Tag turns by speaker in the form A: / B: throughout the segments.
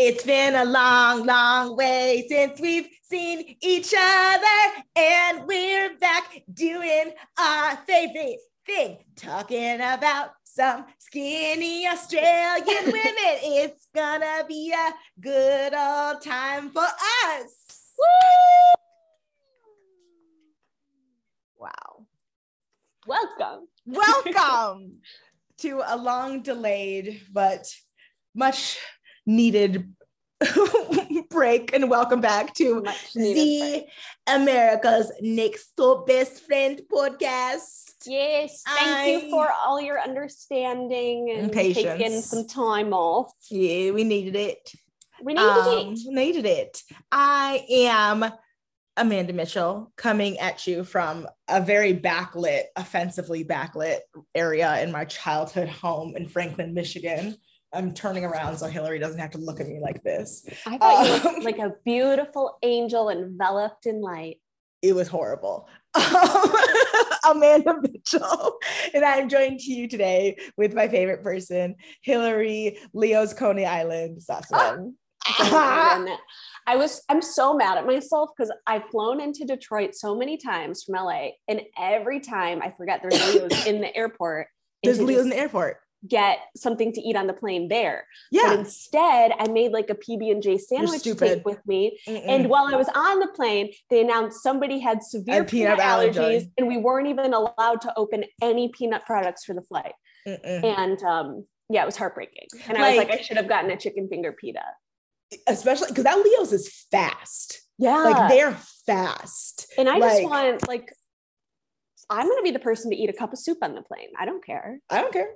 A: It's been a long, long way since we've seen each other, and we're back doing our favorite thing, talking about some skinny Australian women. It's gonna be a good old time for us. Wow.
B: Welcome.
A: Welcome to a long delayed but much needed break and welcome back to
B: Much
A: the America's Next Door Best Friend podcast.
B: Yes, thank
A: I-
B: you for all your understanding and
A: And patience.
B: taking some time off.
A: Yeah, we needed it.
B: We needed
A: Um,
B: it.
A: needed it. I am Amanda Mitchell coming at you from a very backlit, offensively backlit area in my childhood home in Franklin, Michigan. I'm turning around so Hillary doesn't have to look at me like this.
B: I thought you
A: um,
B: looked like a beautiful angel enveloped in light.
A: it was horrible. Um, Amanda Mitchell. And I'm joined to you today with my favorite person, Hillary Leo's Coney Island.
B: Ah,
A: Sassman.
B: And I was I'm so mad at myself because I've flown into Detroit so many times from LA, and every time I forget there's Leo's in the airport. and
A: There's
B: to
A: Leo's
B: just
A: in the airport.
B: get something to eat on the plane there. But
A: Yeah.
B: instead, I made like a PB and J sandwich to
A: stupid. Mm.
B: take with me
A: Mm-mm.
B: And while I was on the plane, they announced somebody had severe
A: Had peanut
B: peanut,
A: allergy.
B: allergies, and we weren't even allowed to open any peanut products for the flight.
A: Mm-mm.
B: And um, yeah, it was heartbreaking. And I was like,
A: Like-
B: I should have gotten a chicken finger pita.
A: Especially because that Leo's is fast.
B: Yeah.
A: Like they're fast.
B: and I just
A: like-
B: want like, I'm gonna be the person to eat a cup of soup on the plane. I don't care.
A: I don't care.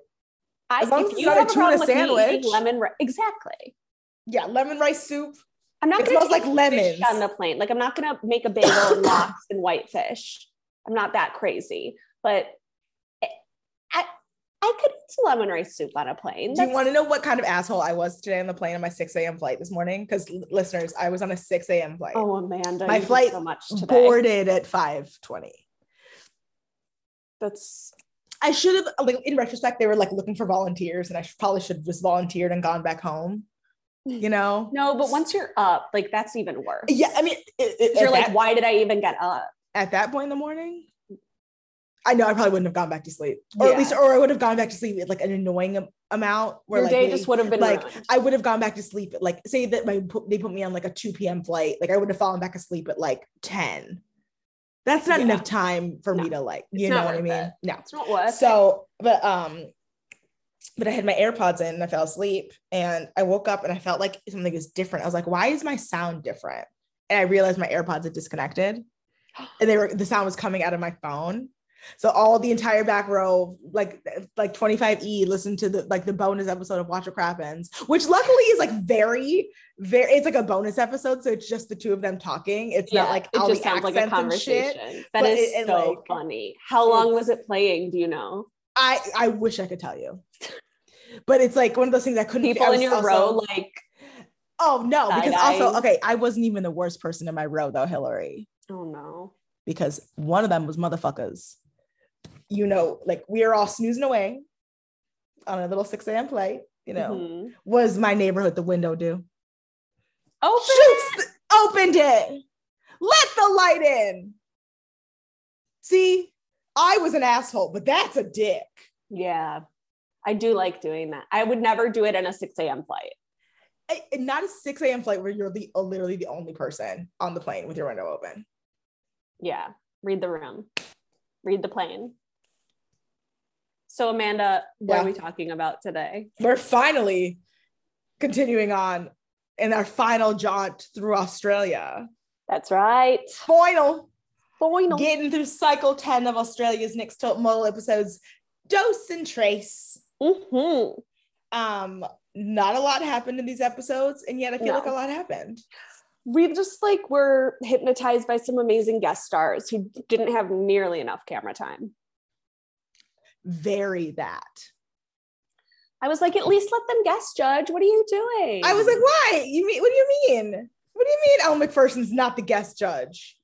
B: I,
A: As long
B: if
A: as it's
B: you
A: not a
B: have
A: tuna
B: problem with me eating
A: sandwich.
B: lemon, ri- exactly.
A: Yeah, lemon rice soup.
B: I'm not.
A: It
B: gonna
A: smells like
B: take fish
A: lemons.
B: on the plane. Like I'm not gonna make a bagel and lox and whitefish. I'm not that crazy, but I I, I could eat some lemon rice soup on a plane.
A: Do you
B: That's-
A: want to know what kind of asshole I was today on the plane on my 6 a.m. flight this morning? Because listeners, I was on a 6 a.m. flight.
B: Oh Amanda,
A: My
B: you did
A: flight
B: so much today.
A: boarded at 5:20.
B: That's
A: I should have like in retrospect they were like looking for volunteers and I should, probably should have just volunteered and gone back home.
B: Mm.
A: You know?
B: no, but once you're up, like that's even worse.
A: Yeah, I mean it, it-
B: 'Cause You're
A: at,
B: like,
A: that,
B: why did I even get up?
A: at that point in the morning I know I probably wouldn't have gone back to sleep. Or at
B: Yeah.
A: least or I would have gone back to sleep at like an annoying am- amount where
B: Your
A: like
B: day
A: they-
B: just would have been
A: like
B: ruined.
A: I would have gone back to sleep at like say that my put- they put me on like a 2 p.m. flight, like I would have fallen back asleep at like 10. That's not
B: Yeah.
A: enough time for me
B: No.
A: to like,
B: It's
A: you
B: not
A: know what I
B: worth
A: mean?
B: it.
A: No.
B: It's not worth. it.
A: So, but um, but I had my AirPods in and I fell asleep and I woke up and I felt like something was different. I was like, why is my sound different? And I realized my AirPods had disconnected and they were the sound was coming out of my phone. So all the entire back row, like like 25E, listened to the like the bonus episode of Watch What Crappens, which luckily is like very, very it's like a bonus episode. So it's just the two of them talking. It's
B: yeah,
A: not like
B: it
A: all
B: just
A: the
B: sounds like
A: accents
B: a
A: and shit.
B: conversation. That
A: but
B: is
A: it- it,
B: so
A: like,
B: funny. How long
A: it's-
B: was it playing? Do you know?
A: I I wish I could tell you, but it's like one of those things I couldn't. I
B: People in
A: was
B: your
A: also-
B: row, like
A: oh no, because also
B: side-eyeing.
A: okay, I wasn't even the worst person in my row though, Hillary,
B: Oh no.
A: because one of them was motherfuckers. You know, like we are all snoozing away on a little six a.m. flight. You know,
B: Mhm.
A: was my neighborhood the window do?
B: Oh,
A: Shoots opened it. Let the light in. See, I was an asshole, but that's a dick.
B: yeah. I do like doing that. I would never do it in a 6 a.m. flight.
A: I- and not a 6 a.m. flight where you're the uh, literally the only person on the plane with your window open.
B: Yeah. Read the room, read the plane. So, Amanda, what
A: Yeah.
B: are we talking about today?
A: We're finally continuing on in our final jaunt through Australia.
B: That's right.
A: Final,
B: Final.
A: getting through cycle 10 of Australia's next top model episodes, Dose and Trace.
B: Mhm.
A: Um, not a lot happened in these episodes, and yet I feel
B: No.
A: like a lot happened.
B: We just like were hypnotized by some amazing guest stars who didn't have nearly enough camera time.
A: Very that.
B: I was like, at least let them guest judge. What are you doing?
A: I was like, why? You mean what do you mean? What do you mean Al McPherson's not the guest judge?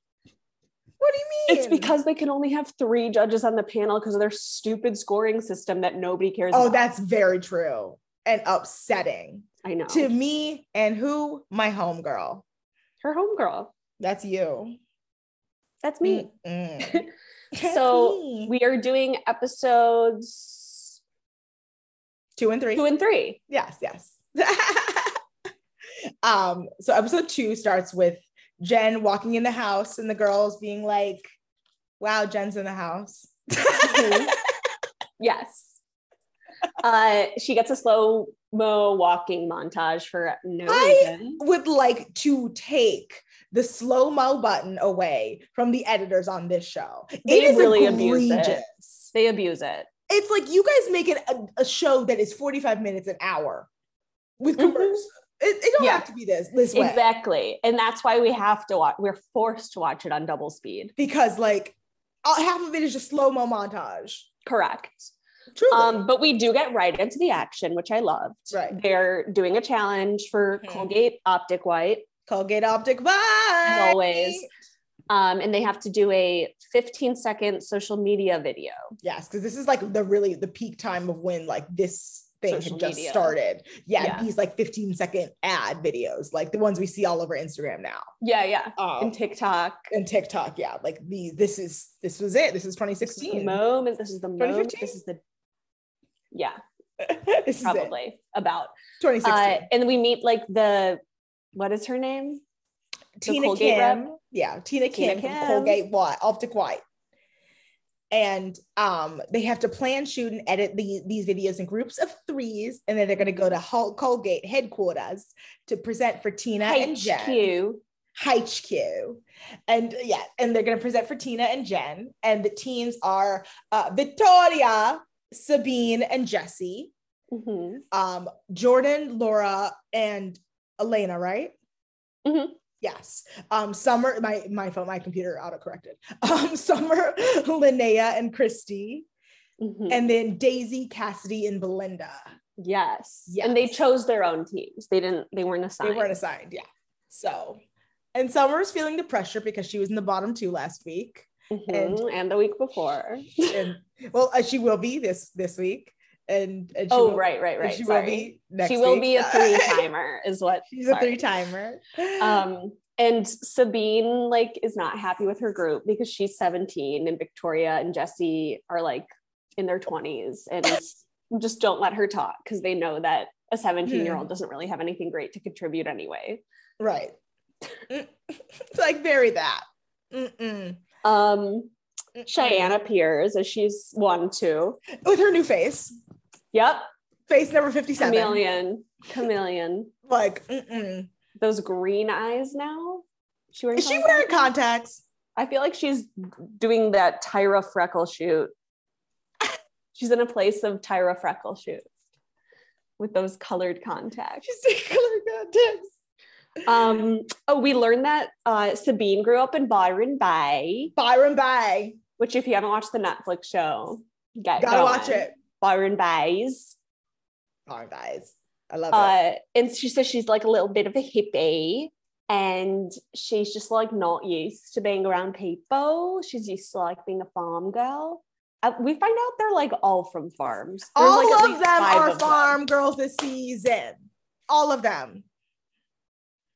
A: What do you mean?
B: It's because they can only have three judges on the panel because of their stupid scoring system that nobody cares
A: Oh,
B: about.
A: that's very true and upsetting.
B: I know.
A: to me and who? My homegirl.
B: Her homegirl.
A: That's you. Mm.
B: That's
A: Mm-hmm.
B: me.
A: Mm-mm. That's
B: So
A: me.
B: We are doing episodes
A: two and three.
B: two and three.
A: yes, yes. um, so episode two starts with Jen walking in the house and the girls being like, Wow, Jen's in the house.
B: Yes. Uh, she gets a slow mo walking montage for no
A: I-
B: reason.
A: Would like to take the slow mo button away from the editors on this show.
B: They
A: it is
B: really abuse
A: egregious.
B: it. They abuse it.
A: It's like you guys make it a, a show that is 45 minutes an hour with
B: Mhm.
A: commercials. It, it don't
B: Yeah.
A: have to be this this way.
B: Exactly. And that's why we have to watch, we're forced to watch it on double speed.
A: because like all, half of it is just slow mo montage.
B: Correct.
A: Truly,
B: Um, but we do get right into the action, which I loved.
A: Right.
B: They're doing a challenge for
A: Mhm.
B: Colgate Optic White,
A: Colgate Optic Vibe.
B: as always. Um, and they have to do a 15 second social media video.
A: Yes, because this is like the really the peak time of when like this thing
B: Social
A: had just
B: media.
A: started. Yeah,
B: Yeah.
A: these like 15 second ad videos, like the ones we see all over Instagram now.
B: Yeah, yeah.
A: Um,
B: And
A: and,
B: TikTok.
A: TikTok, yeah. Like the this is this was it. This is
B: This is the
A: 2016.
B: moment. This is the moment.
A: 2015?
B: This is the, yeah,
A: this is it.
B: probably about.
A: 2016.
B: Uh, and we meet like the, what is her name?
A: Tina
B: Colgate rep?
A: Kim. Yeah, Tina
B: Tina
A: Kim, from
B: Kim.
A: Colgate White, Optic White. And um, they have to plan, shoot, and edit the, these videos in groups of threes, and then they're going to go to Hol- Colgate headquarters to present for Tina and Jen.
B: HQ.
A: HQ. And yeah, and they're going to present for Tina and Jen. And the teams are uh, Victoria, Sabine, and Jesse.
B: hmm
A: um, Jordan, Laura, and Elena, right?
B: Mhm.
A: Yes. Um, Summer, my my phone, my computer autocorrected. Um, Summer, Linnea, and Christy,
B: Mm-hmm.
A: and then Daisy, Cassidy, and Belinda.
B: yes. And they
A: Yes.
B: chose their own teams. They didn't, they weren't assigned.
A: They weren't assigned, yeah. So, and Summer's feeling the pressure because she was in the bottom two last week,
B: Mhm, And, the week before.
A: and well, uh, she will be this this week, and, and she
B: Oh,
A: will-
B: right, right,
A: and
B: right.
A: she
B: Sorry.
A: will be next
B: she will
A: week.
B: be a three timer, is what.
A: She's a
B: sorry.
A: three timer.
B: Um, and Sabine like is not happy with her group because she's 17 and Victoria and Jesse are like in their 20s and just don't let her talk because they know that a 17 year old
A: Hmm.
B: doesn't really have anything great to contribute anyway.
A: Right. Mm. like bury that. Mm-mm.
B: Um,
A: Mm-mm.
B: Cheyenne appears as she's one, two.
A: with her new face,
B: Yep.
A: face number fifty-seven.
B: Chameleon. Chameleon.
A: Like, mm-mm.
B: Those green eyes now. She wearing
A: is she
B: contacts?
A: wearing contacts?
B: I feel like she's doing that Tyra Freckle shoot. She's in a place of Tyra Freckle shoot with those colored contacts.
A: She's doing color contacts.
B: Um, oh, we learned that uh, Sabine grew up in Byron Bay,
A: Byron Bay,
B: which if you haven't watched the Netflix show, get
A: gotta
B: going.
A: watch it.
B: Byron Bays.
A: Byron Bays, I love it.
B: Uh, and she says she's like a little bit of a hippie and she's just like not used to being around people. She's used to like being a farm girl. Uh, we find out they're like all from farms. There's,
A: All
B: like, at
A: of
B: least
A: them
B: five
A: are
B: of them.
A: farm girls this season. All of them.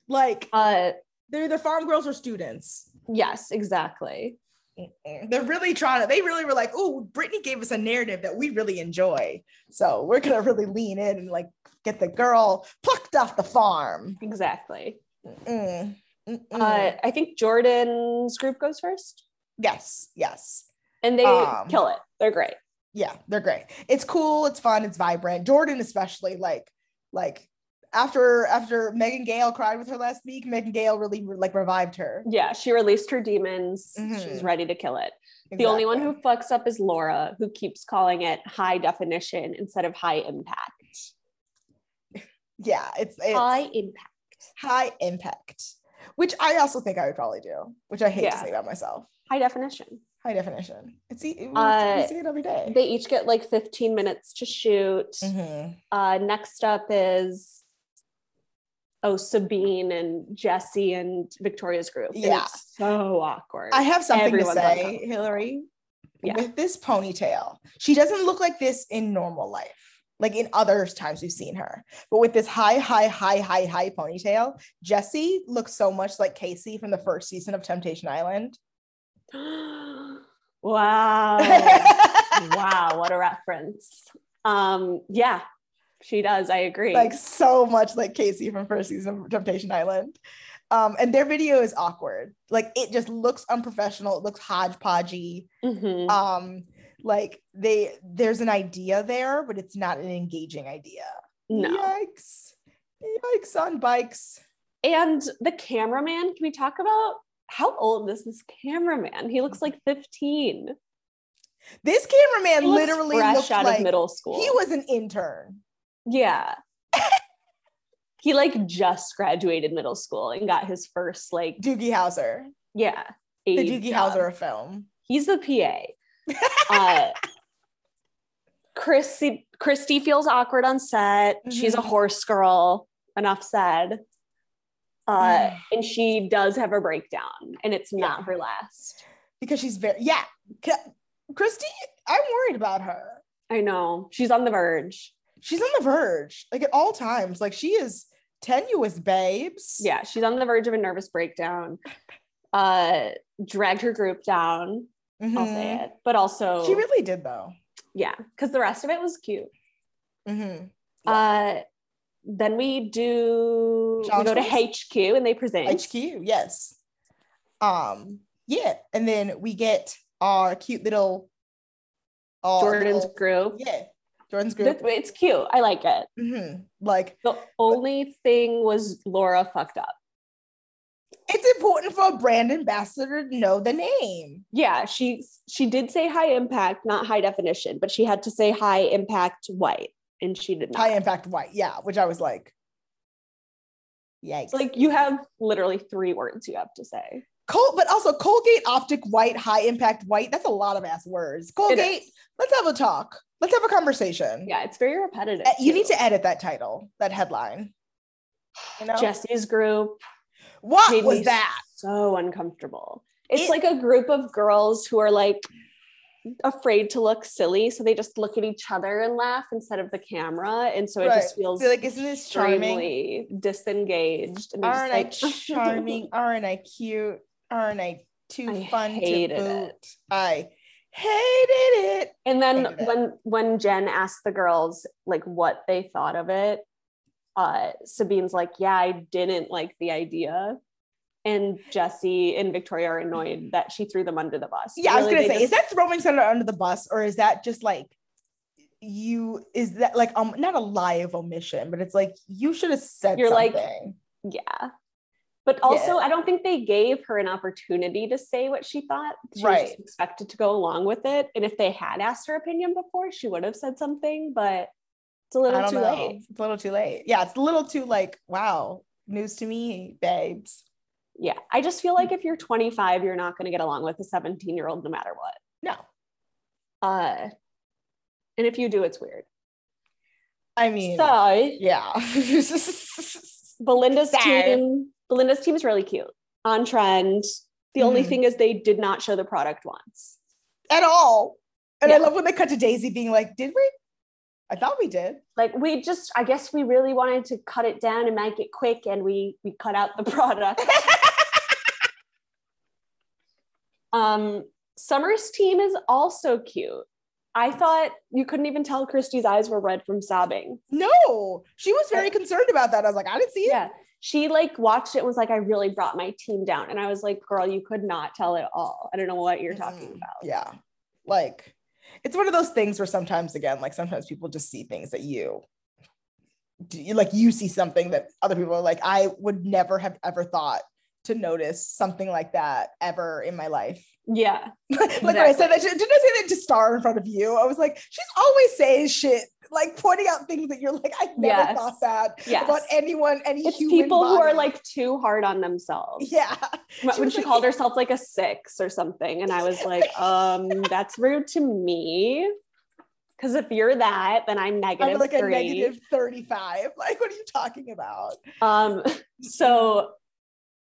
A: Like
B: Uh,
A: they're either farm girls or students.
B: yes, exactly.
A: Mm-mm. They're really trying to, they really were like, oh, Brittany gave us a narrative that we really enjoy. So we're going to really lean in and like get the girl plucked off the farm.
B: Exactly.
A: Mm-mm. Mm-mm.
B: Uh, I think Jordan's group goes first
A: yes, yes.
B: and they
A: Um,
B: kill it. They're great.
A: Yeah, they're great. It's cool, it's fun, it's vibrant. Jordan, especially, like, like, after after Megan Gale cried with her last week, Megan Gale really like revived her.
B: Yeah, she released her demons. She's
A: Mhm.
B: ready to kill it. The only one who
A: Exactly.
B: fucks up is Laura, who keeps calling it high definition instead of high impact.
A: yeah, it's, it's
B: High impact.
A: high impact, which I also think I would probably do, which I hate to
B: Yeah.
A: say about myself.
B: High definition.
A: high definition. It's, e- we
B: Uh,
A: see it every day.
B: They each get like 15 minutes to shoot.
A: Mhm.
B: Uh, next up is oh Sabine and Jesse and Victoria's group. And
A: Yeah.
B: it's so awkward.
A: I have something
B: Everyone's
A: to
B: on
A: say, Hillary.
B: Yeah.
A: With this ponytail, she doesn't look like this in normal life. like in other times we've seen her. But with this high, high, high, high, high ponytail, Jesse looks so much like Casey from the first season of Temptation Island.
B: wow. wow, what a reference. Um, yeah, she does. I agree.
A: like so much like Casey from first season of Temptation Island. Um, and their video is awkward. Like it just looks unprofessional. It looks hodgepodgey.
B: Mhm.
A: Um, like they there's an idea there, but it's not an engaging idea.
B: no.
A: Yikes. Yikes on bikes.
B: And the cameraman, can we talk about how old is this cameraman? He looks like 15.
A: This cameraman
B: He looks
A: literally
B: fresh
A: looked
B: out
A: like
B: of middle school.
A: he was an intern.
B: yeah. he like just graduated middle school and got his first like
A: Doogie Howser.
B: yeah.
A: The
B: aid
A: Doogie
B: job.
A: Howser of film.
B: He's the PA. uh, Chrissy, Christy feels awkward on set. She's a
A: Mhm.
B: horse girl. Enough said. Uh, and she does have a breakdown, and it's not
A: Yeah.
B: her last.
A: Because she's very yeah. Ca- Christy, I'm worried about her.
B: I know she's on the verge.
A: She's on the verge, like at all times. Like she is tenuous, babes.
B: Yeah, she's on the verge of a nervous breakdown. Uh, dragged her group down. I'll say
A: Mhm.
B: it, but also
A: She really did though.
B: yeah, because the rest of it was cute.
A: Mhm.
B: Uh, then we do we
A: Sean's
B: go to
A: place?
B: HQ and they present.
A: HQ, yes. Um, yeah, and then we get our cute little our
B: Jordan's
A: little-
B: group.
A: yeah, Jordan's
B: Th-
A: group.
B: It's cute. I like it.
A: Mhm. Like
B: The only thing was Laura fucked up.
A: it's important for a brand ambassador to know the name.
B: Yeah, she she did say high impact, not high definition, but she had to say high impact white, and she did not.
A: High impact white, yeah, which I was like, yikes.
B: It's like you have literally three words you have to say.
A: Col- but also Colgate Optic White, high impact white. That's a lot of ass words.
B: It
A: Colgate,
B: is.
A: let's have a talk. Let's have a conversation.
B: Yeah, it's very repetitive.
A: Uh, You need
B: too.
A: to edit that title, that headline. You know?
B: Jesse's group
A: what
B: made
A: was
B: me
A: that?
B: so uncomfortable. It's
A: It-
B: like a group of girls who are like afraid to look silly, so they just look at each other and laugh instead of the camera, and so it just
A: Right.
B: feels
A: Be like, isn't this charming?
B: extremely disengaged. And they're
A: Aren't I
B: just like,
A: charming? Aren't I cute? Aren't I too
B: I
A: fun to
B: hated
A: boot?
B: it.
A: I hated it.
B: And
A: Hated
B: then
A: it.
B: when when Jen asked the girls like what they thought of it, uh, Sabine's like, "Yeah, I didn't like the idea." And Jesse and Victoria are annoyed that she threw them under the bus.
A: Yeah, I was
B: Really,
A: gonna
B: they
A: say, is that
B: just-
A: throwing someone under the bus, or is that just like you? Is that like um not a lie of omission, but it's like you should have said
B: You're like-
A: something.
B: yeah. But also, I don't think they gave her an opportunity to say what she thought. She was
A: Right.
B: just expected to go along with it. And if they had asked her opinion before, she would have said something. But it's a
A: I
B: little
A: don't
B: too
A: know.
B: late.
A: It's a little too late. Yeah, it's a little too like wow, news to me, babes.
B: yeah i just feel like if you're 25 you're not going to get along with a 17 year old no matter what
A: No,
B: uh and if you do it's weird
A: I mean,
B: so
A: yeah.
B: belinda's
A: So-
B: team belinda's team is really cute on trend the only
A: Mhm.
B: thing is they did not show the product once
A: At all. And I
B: Yeah.
A: love when they cut to Daisy being like, "Did we? I thought we did."
B: like we just i guess we really wanted to cut it down and make it quick and we we cut out the product um summer's team is also cute i thought you couldn't even tell christy's eyes were red from sobbing
A: No, she was very concerned about that. I was like, "I didn't see it."
B: yeah she like watched it and was like i really brought my team down and i was like girl you could not tell at all i don't know what you're talking
A: Mhm.
B: about
A: Yeah. Like it's one of those things where sometimes again, like sometimes people just see things that you do you- like you see something that other people are like, I would never have ever thought to notice something like that ever in my life.
B: yeah
A: like when I said that, didn't I say that to Star in front of you? I was like, she's always saying shit, like pointing out things that you're like, I never
B: Yes.
A: thought that
B: yes
A: about anyone, any
B: it's
A: human
B: people who are
A: body."
B: like too hard on themselves
A: yeah,
B: Wh-
A: She
B: when
A: was
B: she
A: like-
B: called herself like a six or something and i was like um that's rude to me because if you're that then i'm
A: I'm
B: negative
A: like a
B: three.
A: negative 35. Like, what are you talking about?
B: um so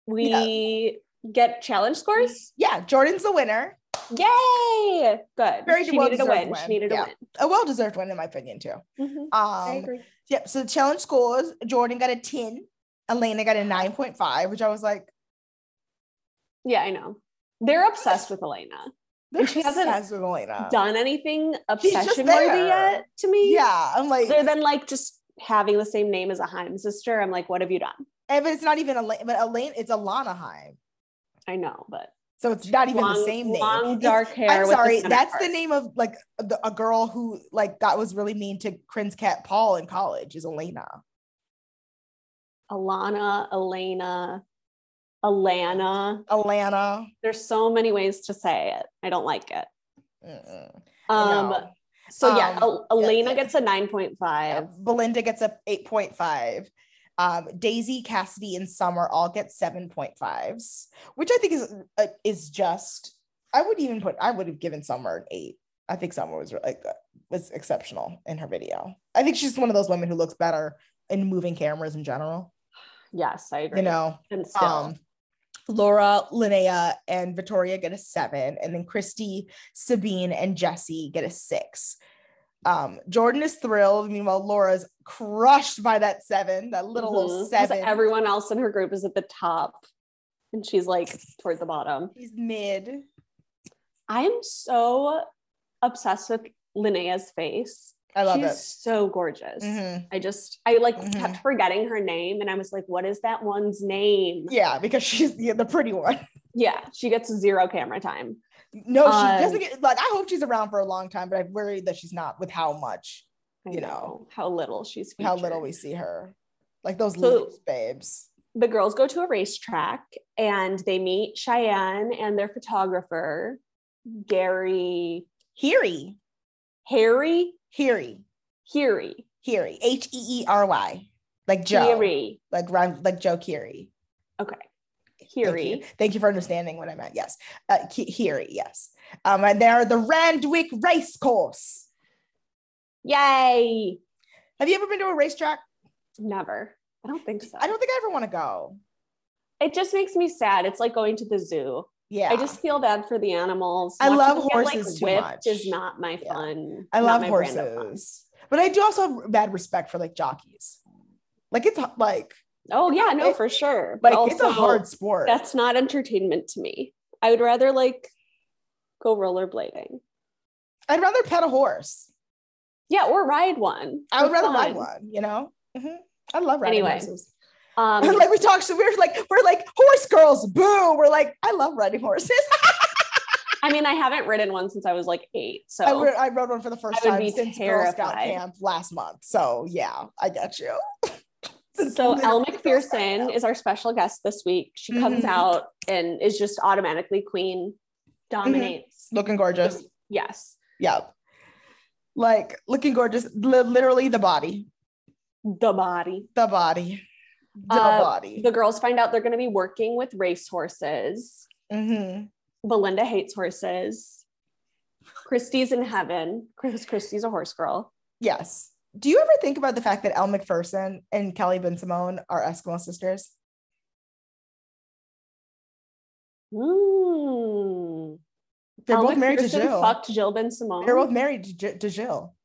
B: we get challenge scores
A: Yeah, Jordan's the winner.
B: Yay! Good.
A: Very
B: she
A: well
B: needed a
A: deserved
B: win.
A: win.
B: She needed
A: Yeah.
B: a win.
A: A well deserved one, in my opinion, too.
B: Mhm. I
A: Um,
B: agree.
A: yep. So the challenge scores Jordan got a 10, Elena got a 9.5, which I was like,
B: Yeah, I know. They're obsessed with Elena.
A: they're
B: she hasn't
A: obsessed with Elena.
B: Done anything
A: just
B: obsession worthy
A: there.
B: yet to me?
A: Yeah. I'm like,
B: Other than like just having the same name as a Heim sister, I'm like, what have you done?
A: and it's not even Elena, but Elaine, it's Alana Heim.
B: I know, but
A: So it's not even
B: long,
A: the same name.
B: long
A: It's-
B: dark hair.
A: I'm
B: with the
A: sorry.
B: center
A: That's
B: part.
A: the name of like the, a girl who like that was really mean to Crin's cat Paul in college is Elena.
B: Alana, Elena, Alana.
A: Alana.
B: There's so many ways to say it. I don't like it.
A: Mm-mm.
B: Um,
A: No.
B: so yeah,
A: Um,
B: Al- Elena
A: yeah.
B: gets a 9.5.
A: Yeah, Belinda gets a 8.5. Um, Daisy, Cassidy, and Summer all get 7.5s, which I think is uh, is just. I would even put. I would have given Summer an eight. I think Summer was like was exceptional in her video. I think she's one of those women who looks better in moving cameras in general.
B: Yes, I agree.
A: You know,
B: and still,
A: um, Laura, Linnea, and Victoria get a seven, and then Christy, Sabine, and Jesse get a six. Um, Jordan is thrilled. Meanwhile, Laura's crushed by that seven, that little
B: Mhm.
A: old
B: 'Cause
A: seven.
B: Everyone else in her group is at the top, and she's like toward the bottom.
A: He's mid.
B: I am so obsessed with Linnea's face.
A: I love
B: She's
A: it.
B: so gorgeous.
A: Mhm.
B: I just, I like
A: Mhm.
B: kept forgetting her name, and I was like, "What is that one's name?"
A: Yeah, because she's yeah, the pretty one.
B: Yeah, she gets zero camera time.
A: No, she
B: Um,
A: doesn't get like I hope she's around for a long time, but I worry that she's not with how much,
B: I
A: You
B: know,
A: know,
B: how little she's featured.
A: how little we see her. Like those
B: So-
A: lips, babes.
B: the girls go to a racetrack and they meet Cheyenne and their photographer Gary
A: Heary.
B: Harry
A: Heary.
B: Heary
A: Heary, H E E R Y, like Joe,
B: Heary
A: like Ron, like Joe Keery.
B: okay
A: Thank
B: Heary
A: you. Thank you for understanding what I meant. Yes, uh, Ke- Heary. Yes, um, and they're at the Randwick Race Course.
B: yay
A: Have you ever been to a racetrack?
B: never I don't think so
A: I don't think I ever want to go.
B: it just makes me sad it's like going to the zoo
A: Yeah,
B: I just feel bad for the animals
A: I
B: Watching
A: love
B: them get,
A: horses too
B: whipped
A: much.
B: is not my
A: Yeah.
B: fun
A: I
B: not
A: love
B: my brand of fun.
A: horses, but I do also have bad respect for like jockeys. Like it's h- like
B: oh yeah no
A: It-
B: for sure
A: like
B: But
A: it's a
B: also-
A: hard sport.
B: that's not entertainment to me. I would rather like go rollerblading.
A: I'd rather pet a horse.
B: Yeah, or ride one.
A: I would
B: for
A: rather ride
B: fun.
A: one. You know, Mhm. I love riding
B: Anyway.
A: horses.
B: Um,
A: like we talked, so we're like, we're like horse girls, boo. We're like, I love riding horses.
B: I mean, I haven't ridden one since I was like eight. So
A: I, ri- I rode one for the first
B: I would
A: time
B: be
A: since Girl Scout
B: terrified.
A: camp last month. So yeah, I got you.
B: so Elle
A: Literally Girl Scout camp.
B: McPherson is our special guest this week. She comes
A: Mhm.
B: out and is just automatically queen,
A: Mm-hmm.
B: dominates.
A: looking gorgeous.
B: Yes,
A: Yep. Like looking gorgeous, li- literally the body,
B: the body.
A: the body, the
B: Uh,
A: body.
B: The girls find out they're going to be working with race horses.
A: Mhm.
B: Belinda hates horses. Christy's in heaven. Chris Christy's a horse girl.
A: Yes. Do you ever think about the fact that Elle McPherson and Kelly Ben Simone are Eskimo sisters?
B: Mm.
A: They're
B: Elle
A: both married to
B: Macpherson
A: Jill.
B: Fucked Jill Ben Simone.
A: They're both married to, J- to Jill.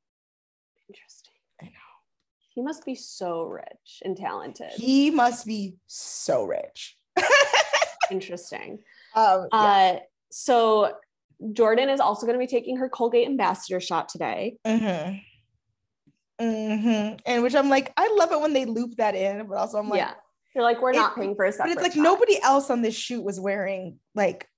B: Interesting.
A: I know.
B: He must be so rich and talented.
A: He must be so rich.
B: Interesting.
A: Um, yeah.
B: Uh, so Jordan is also going to be taking her Colgate ambassador shot today.
A: Mhm. Mhm. And which I'm like, I love it when they loop that in, but also I'm like,
B: yeah, you're like we're not
A: It-
B: paying for a
A: but
B: separate.
A: it's like
B: shot.
A: nobody else on this shoot was wearing like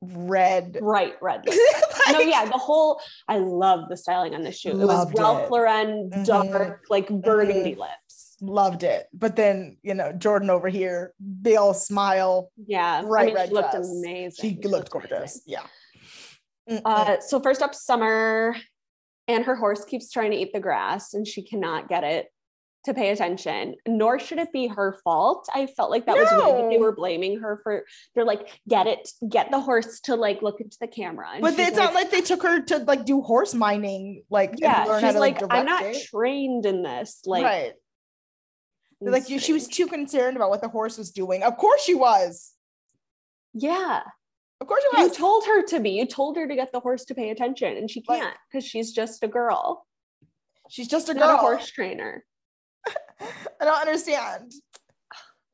A: red.
B: Right, red. lip. no,
A: Like,
B: yeah, the whole I love the styling on this shoot. It was
A: Loved
B: Ralph
A: it. Mm-hmm.
B: Lauren
A: Mhm.
B: dark, like burgundy lips.
A: Loved it. But then, you know, Jordan over here, they all smile.
B: Yeah,
A: Bright
B: I mean,
A: red
B: she looked
A: dress.
B: amazing.
A: She looked
B: amazing.
A: gorgeous. Yeah. Mm-mm.
B: Uh, so first up, Summer, and her horse keeps trying to eat the grass, and she cannot get it to pay attention. Nor should it be her fault. I felt like that was weird that they
A: No.
B: were blaming her for. They're like, get it, get the horse to like look into the camera. And
A: but
B: she's
A: it's not like they took her to like do horse mining, like and
B: yeah,
A: learn how
B: she's
A: to,
B: like, I'm
A: direct
B: not
A: it.
B: trained in this. Like,
A: right.
B: it's
A: Like you, she was
B: strange.
A: too concerned about what the horse was doing. Of course she was.
B: Yeah,
A: Of course it
B: You
A: was.
B: told her to be. You told her to get the horse to pay attention, and she
A: Like-
B: can't because she's just a girl,
A: She's just a
B: not
A: girl.
B: a horse trainer.
A: I don't understand.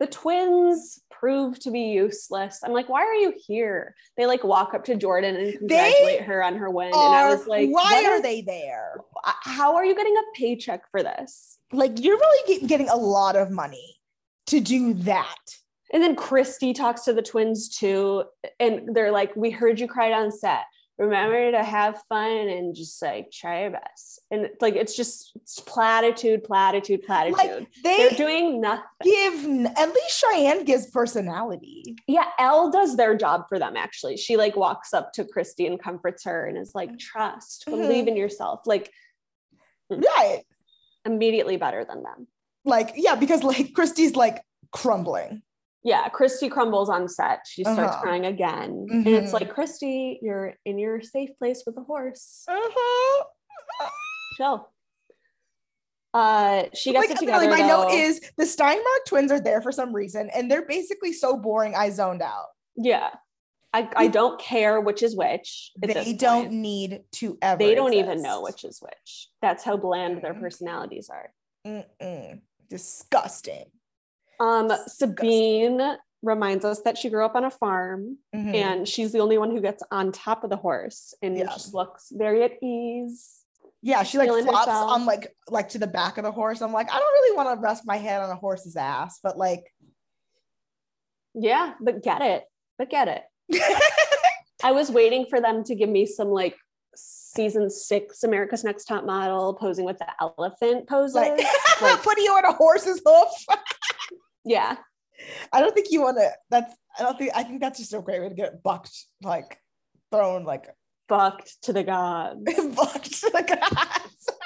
B: The twins prove to be useless. I'm like, why are you here? They like walk up to Jordan and congratulate her on her win, and I
A: Are-
B: was like,
A: why
B: what
A: are
B: is-
A: they there?
B: How are you getting a paycheck for this?
A: Like you're really get- getting a lot of money to do that.
B: And then Christy talks to the twins too, and they're like, "We heard you cried on set. Remember to have fun and just like try your best." And it's like, it's just it's platitude, platitude, platitude.
A: Like
B: they're
A: they
B: doing nothing.
A: give n- at least Cheyenne gives personality.
B: Yeah, Elle does their job for them. Actually, she like walks up to Christy and comforts her, and is like, "Trust,
A: Mhm.
B: believe in yourself." Like
A: Right.
B: immediately better than them.
A: Like, yeah, because like Christy's like crumbling.
B: yeah, Christy crumbles on set. She starts
A: Uh-huh.
B: crying again. And it's
A: Mhm.
B: like, Christy, you're in your safe place with the horse.
A: Uh-huh.
B: Chill. Uh, she gets
A: Like,
B: it together.
A: literally, my
B: though.
A: note is the Steinmark twins are there for some reason, and they're basically so boring. I zoned out.
B: yeah. I, I don't care which is which. at
A: Mm-hmm. they
B: this
A: don't
B: point.
A: need to ever.
B: They don't even
A: exist.
B: know which is which. That's how bland their
A: Mhm.
B: personalities are.
A: Mm-mm. Disgusting.
B: Um,
A: Disgusting.
B: Sabine reminds us that she grew up on a farm
A: Mhm.
B: and she's the only one who gets on top of the horse and
A: Yeah.
B: just looks very at ease.
A: yeah, she like
B: feeling
A: flops
B: herself.
A: on like like to the back of the horse. I'm like, I don't really want to rest my head on a horse's ass, but like,
B: Yeah, but get it. But get it. I was waiting for them to give me some like season six America's Next Top Model posing with the elephant poses.
A: like,
B: Like-
A: putting you on a horse's hoof.
B: yeah.
A: I don't think you want to. That's I don't think I think that's just a great way to get bucked, like thrown, like
B: Fucked to the gods.
A: bucked. Like,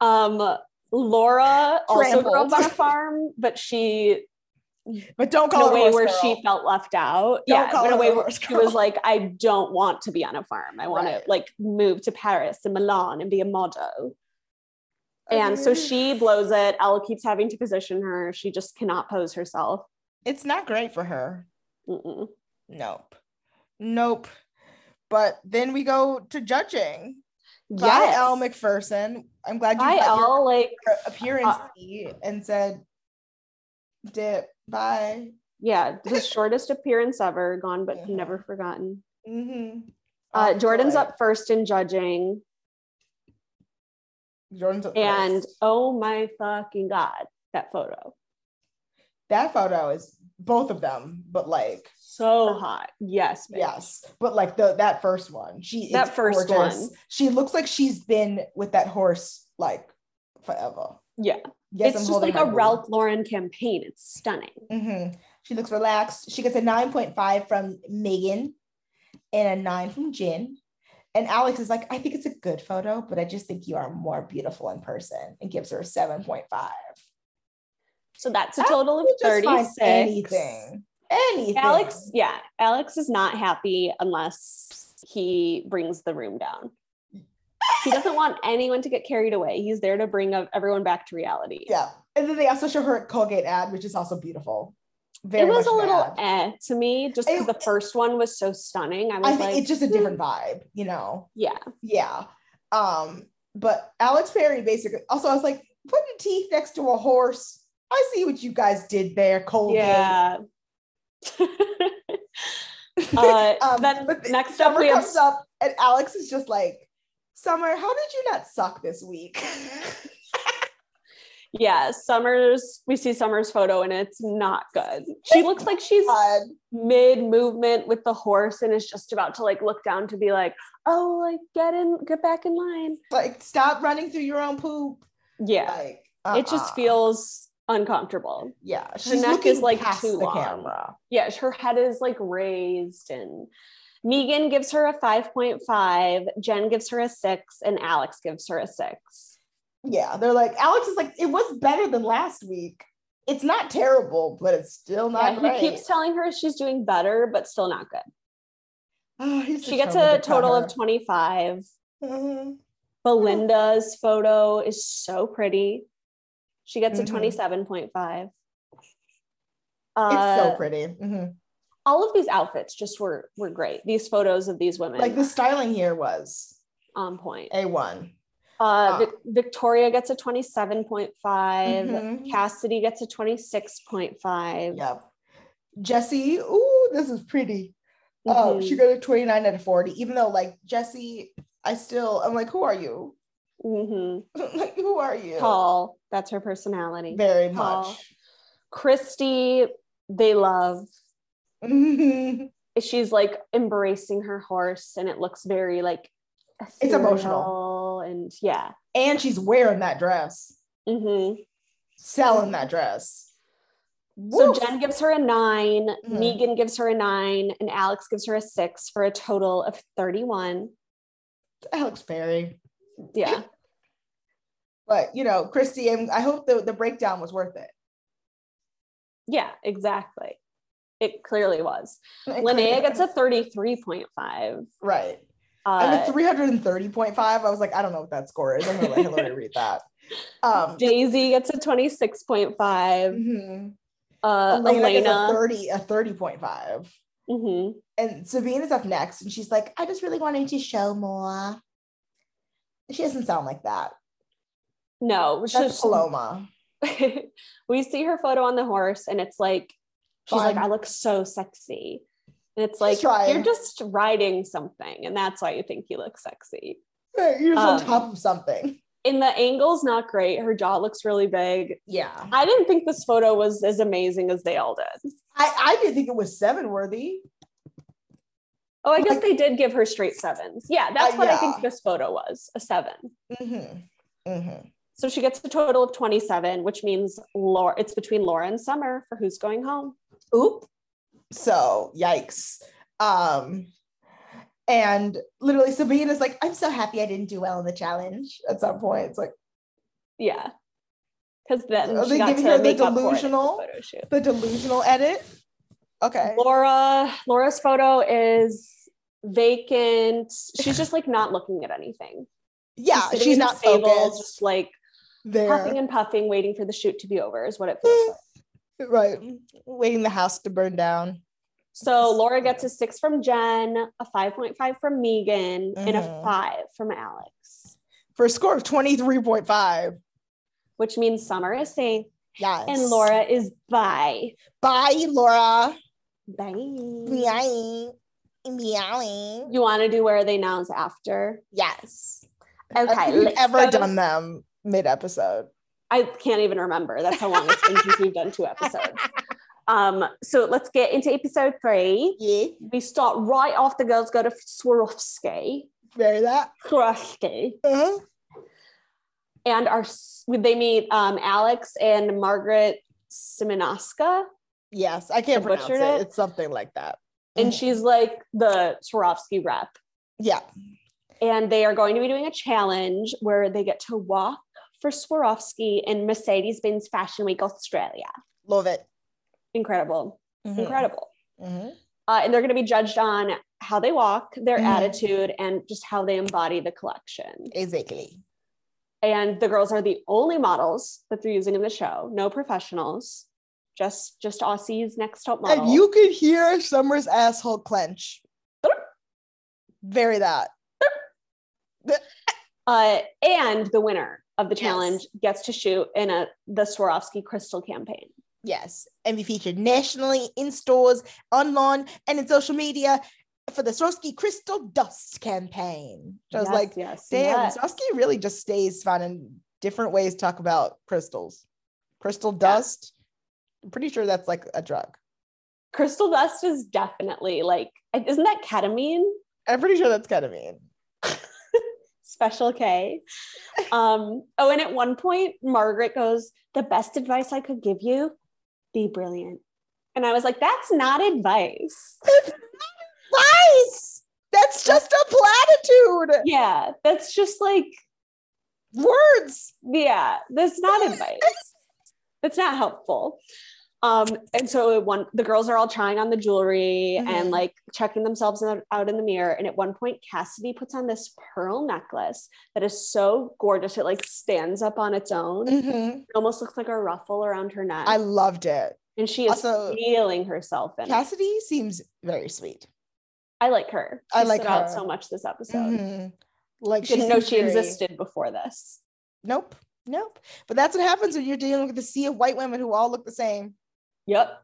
B: Um, Laura also grew up
A: Trampled.
B: on a farm, but she
A: but don't
B: in
A: call
B: a
A: her
B: way
A: horse
B: where
A: girl.
B: she felt left out.
A: Don't
B: yeah,
A: call
B: in a
A: her
B: way
A: a
B: where
A: horse
B: she
A: girl.
B: was like, I don't want to be on a farm. I want to
A: Right.
B: like move to Paris and Milan and be a model. And so
A: Okay.
B: she blows it. Elle keeps having to position her. She just cannot pose herself.
A: It's not great for her.
B: Mm-mm.
A: Nope. Nope. But then we go to judging. By
B: Yes.
A: L. McPherson. I'm glad you
B: Bye,
A: got your
B: Elle. Uh, Like,
A: appearance fee and said, dip, bye.
B: yeah, the shortest appearance ever, gone but
A: Mhm.
B: never forgotten.
A: Mhm.
B: Uh,
A: Off
B: Jordan's
A: to
B: up first in judging.
A: it. Jordan's up
B: And
A: first.
B: oh my fucking God, that photo.
A: that photo is both of them, but like,
B: So hot. Yes. bitch.
A: yes, but like the that first one, she
B: That
A: it's
B: first
A: gorgeous.
B: one.
A: she looks like she's been with that horse like forever.
B: Yeah.
A: Yes,
B: it's
A: I'm
B: just
A: holding
B: like a
A: my boob.
B: Ralph Lauren campaign. It's stunning.
A: Mm-hmm. She looks relaxed. She gets a 9.5 from Megan and a nine from Jen. And Alex is like, I think it's a good photo, but I just think you are more beautiful in person and gives her a 7.5.
B: So that's a
A: I
B: total of
A: You just find
B: 36.
A: anything. Anything.
B: Alex, yeah, Alex is not happy unless he brings the room down. He doesn't want anyone to get carried away. He's there to bring up everyone back to reality.
A: Yeah. And then they also show her Colgate ad, which is also beautiful. Very
B: it was
A: much
B: a
A: an
B: little
A: ad.
B: eh to me, just 'cause
A: It-
B: the first one was so stunning. I was
A: I think
B: like,
A: it's just a
B: hmm,
A: different vibe, you know?
B: yeah,
A: Yeah. Um, but Alex Perry basically also I was like, putting teeth next to a horse. I see what you guys did there, Colgate.
B: yeah. uh,
A: Um,
B: then
A: but the-
B: next up
A: Summer
B: we have
A: comes up and Alex is just like, Summer, how did you not suck this week?
B: yeah, Summers. We see Summers' photo, and it's not good. She looks like she's
A: God.
B: mid movement with the horse and is just about to like look down to be like, oh, like get in, get back in line.
A: Like, stop running through your own poop.
B: Yeah,
A: Like,
B: it just
A: uh-uh.
B: feels uncomfortable.
A: yeah. She's
B: neck
A: looking
B: is, like,
A: past
B: too
A: the
B: long.
A: camera.
B: Yeah, her head is like raised and. Megan gives her a 5.5, Jen gives her a 6, and Alex gives her a 6.
A: Yeah, they're like Alex is like it was better than last week. It's not terrible, but it's still not
B: Yeah,
A: great.
B: he keeps telling her she's doing better, but still not good.
A: Oh, he's
B: She gets a
A: determined to cut
B: total
A: her.
B: of 25.
A: Mhm.
B: Belinda's photo is so pretty. She gets
A: Mhm.
B: a 27.5.
A: It's
B: Uh,
A: so pretty. Mhm.
B: all of these outfits just were were great. These photos of these women
A: Like the styling here was
B: on point.
A: a one.
B: Uh,
A: Ah.
B: Vic- Victoria gets a 27.5.
A: Mhm.
B: Cassidy gets a 26.5.
A: Yep. Jesse, ooh, this is pretty. Oh,
B: Mhm.
A: she got a 29 out of 40, even though like Jesse, I still I'm like, who are you?
B: Mhm.
A: like, who are you?
B: Tall. That's her personality.
A: Very
B: Tall.
A: much.
B: Christy, they love.
A: Mhm.
B: She's like embracing her horse and it looks very like
A: It's emotional.
B: ethereal And yeah.
A: And she's wearing that dress,
B: hmm
A: selling that dress.
B: So
A: Woof.
B: Jen gives her a 9
A: Mhm.
B: Megan gives her a nine, and Alex gives her a six for a total of 31.
A: Alex Perry.
B: Yeah.
A: But you know, Christy, and I hope the, the breakdown was worth it.
B: Yeah, exactly. It clearly was. Linnea gets a 33.5.
A: right. I
B: Uh,
A: mean, 330.5. I was like, I don't know what that score is. I'm gonna let Hillary read that. Um,
B: Daisy gets a 26.5.
A: mhm.
B: Uh,
A: Elena, gets a
B: Elena.
A: 30, a 30.5.
B: mhm.
A: And Sabine is up next, and she's like, I just really wanted to show more. She doesn't sound like that.
B: No, she-
A: That's Paloma.
B: we see her photo on the horse, and it's like, she's
A: Fine.
B: like, I look so sexy. And it's like,
A: She's trying.
B: you're just riding something, and that's why you think you look sexy.
A: You're just on
B: Um,
A: top of something.
B: And the angle's not great. Her jaw looks really big.
A: Yeah.
B: I didn't think this photo was as amazing as they all did.
A: I, I didn't think it was seven worthy.
B: Oh, I guess they did give her straight sevens. Yeah, that's
A: Uh,
B: what I
A: yeah.
B: think this photo was a seven.
A: Mm-hmm. Mm-hmm.
B: So she gets a total of 27, which means Laura, it's between Laura and Summer for who's going home.
A: Oop. So yikes. Um, and literally Sabine is like, I'm so happy I didn't do well in the challenge at some point. It's like
B: Yeah. Because then
A: Are
B: she
A: they
B: got
A: giving
B: to
A: her the
B: make up for it in the
A: delusional?
B: photo shoot.
A: the delusional edit. Okay.
B: Laura, Laura's photo is vacant. She's just like not looking at anything.
A: Yeah,
B: sitting
A: she's
B: at the
A: not
B: table,
A: focused
B: Just like puffing
A: there.
B: and puffing, waiting for the shoot to be over is what it feels like.
A: Right.
B: mm,
A: Waiting the house to burn down.
B: So Laura gets a six from Jen, a 5.5 from Megan, and a
A: Mhm.
B: five from Alex,
A: For a score of 23.5.
B: which means Summer is safe
A: Yes.
B: and Laura is bye.
A: Bye, Laura.
B: Bye.
A: Meowing. Meowing.
B: You want to do where are they nows after?
A: Yes.
B: Okay.
A: Have you
B: let's
A: ever
B: go to-
A: done them mid episode?
B: I can't even remember. That's how long it's been since we've done two episodes. Um, so let's get into episode three.
A: Yeah.
B: We start right off the girls go to Swarovski,
A: Very that.
B: Swarovski,
A: Uh-huh.
B: and our they meet um, Alex and Margaret Simonoska.
A: Yes, I can't
B: I
A: pronounce it.
B: butchered it.
A: It's something like that.
B: and
A: Mhm.
B: she's like the Swarovski rep.
A: Yeah.
B: And they are going to be doing a challenge where they get to walk for Swarovski in Mercedes Benz Fashion Week Australia.
A: Love it.
B: Incredible,
A: Mhm.
B: incredible.
A: Mhm.
B: Uh, and they're going to be judged on how they walk, their
A: Mhm.
B: attitude, and just how they embody the collection.
A: Exactly.
B: And the girls are the only models that they're using in the show. No professionals, just just Aussies next top model.
A: And you could hear Summer's asshole clench.
B: Burp.
A: Very that.
B: Uh, and the winner of the
A: Yes.
B: challenge gets to shoot in a the Swarovski crystal campaign.
A: Yes. And be featured nationally in stores, online, and in social media for the Swarovski Crystal Dust campaign. So I was
B: Yes,
A: like,
B: yes,
A: damn,
B: yes.
A: Swarovski really just stays finding different ways to talk about crystals. Crystal dust. I'm pretty sure that's like a drug.
B: crystal dust is definitely like, isn't that ketamine?
A: I'm pretty sure that's ketamine.
B: Special K. Um, oh, and at one point, Margaret goes, The best advice I could give you, be brilliant. And I was like, That's not advice.
A: Nice. That's just a platitude.
B: yeah, that's just like,
A: Words.
B: yeah, that's not advice. That's not helpful. Um, and so at one the girls are all trying on the jewelry and
A: Mhm.
B: like checking themselves out, out in the mirror. And at one point, Cassidy puts on this pearl necklace that is so gorgeous. It like stands up on its own.
A: Mhm.
B: Mm-hmm. It almost looks like a ruffle around her neck.
A: I loved it.
B: and she is
A: Also-
B: feeling herself in it.
A: Cassidy seems very sweet.
B: I like her.
A: I
B: She
A: like
B: stood out
A: her.
B: so much this episode.
A: Mhm. Like
B: Didn't know
A: seems
B: Mm-hmm. she
A: very-
B: existed before this.
A: Nope. Nope. But that's what happens when you're dealing with the sea of white women who all look the same.
B: Yep.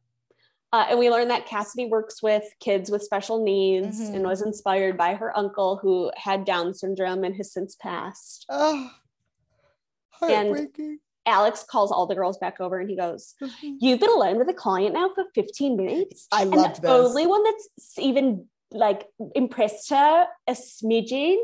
B: Uh, and we learned that Cassidy works with kids with special needs
A: Mhm.
B: and was inspired by her uncle who had Down syndrome and has since passed.
A: Oh,
B: And-
A: heartbreaking.
B: Alex calls all the girls back over and he goes, You've been alone with a client now for 15 minutes.
A: I
B: and the
A: love this.
B: only one that's even like impressed her a smidgen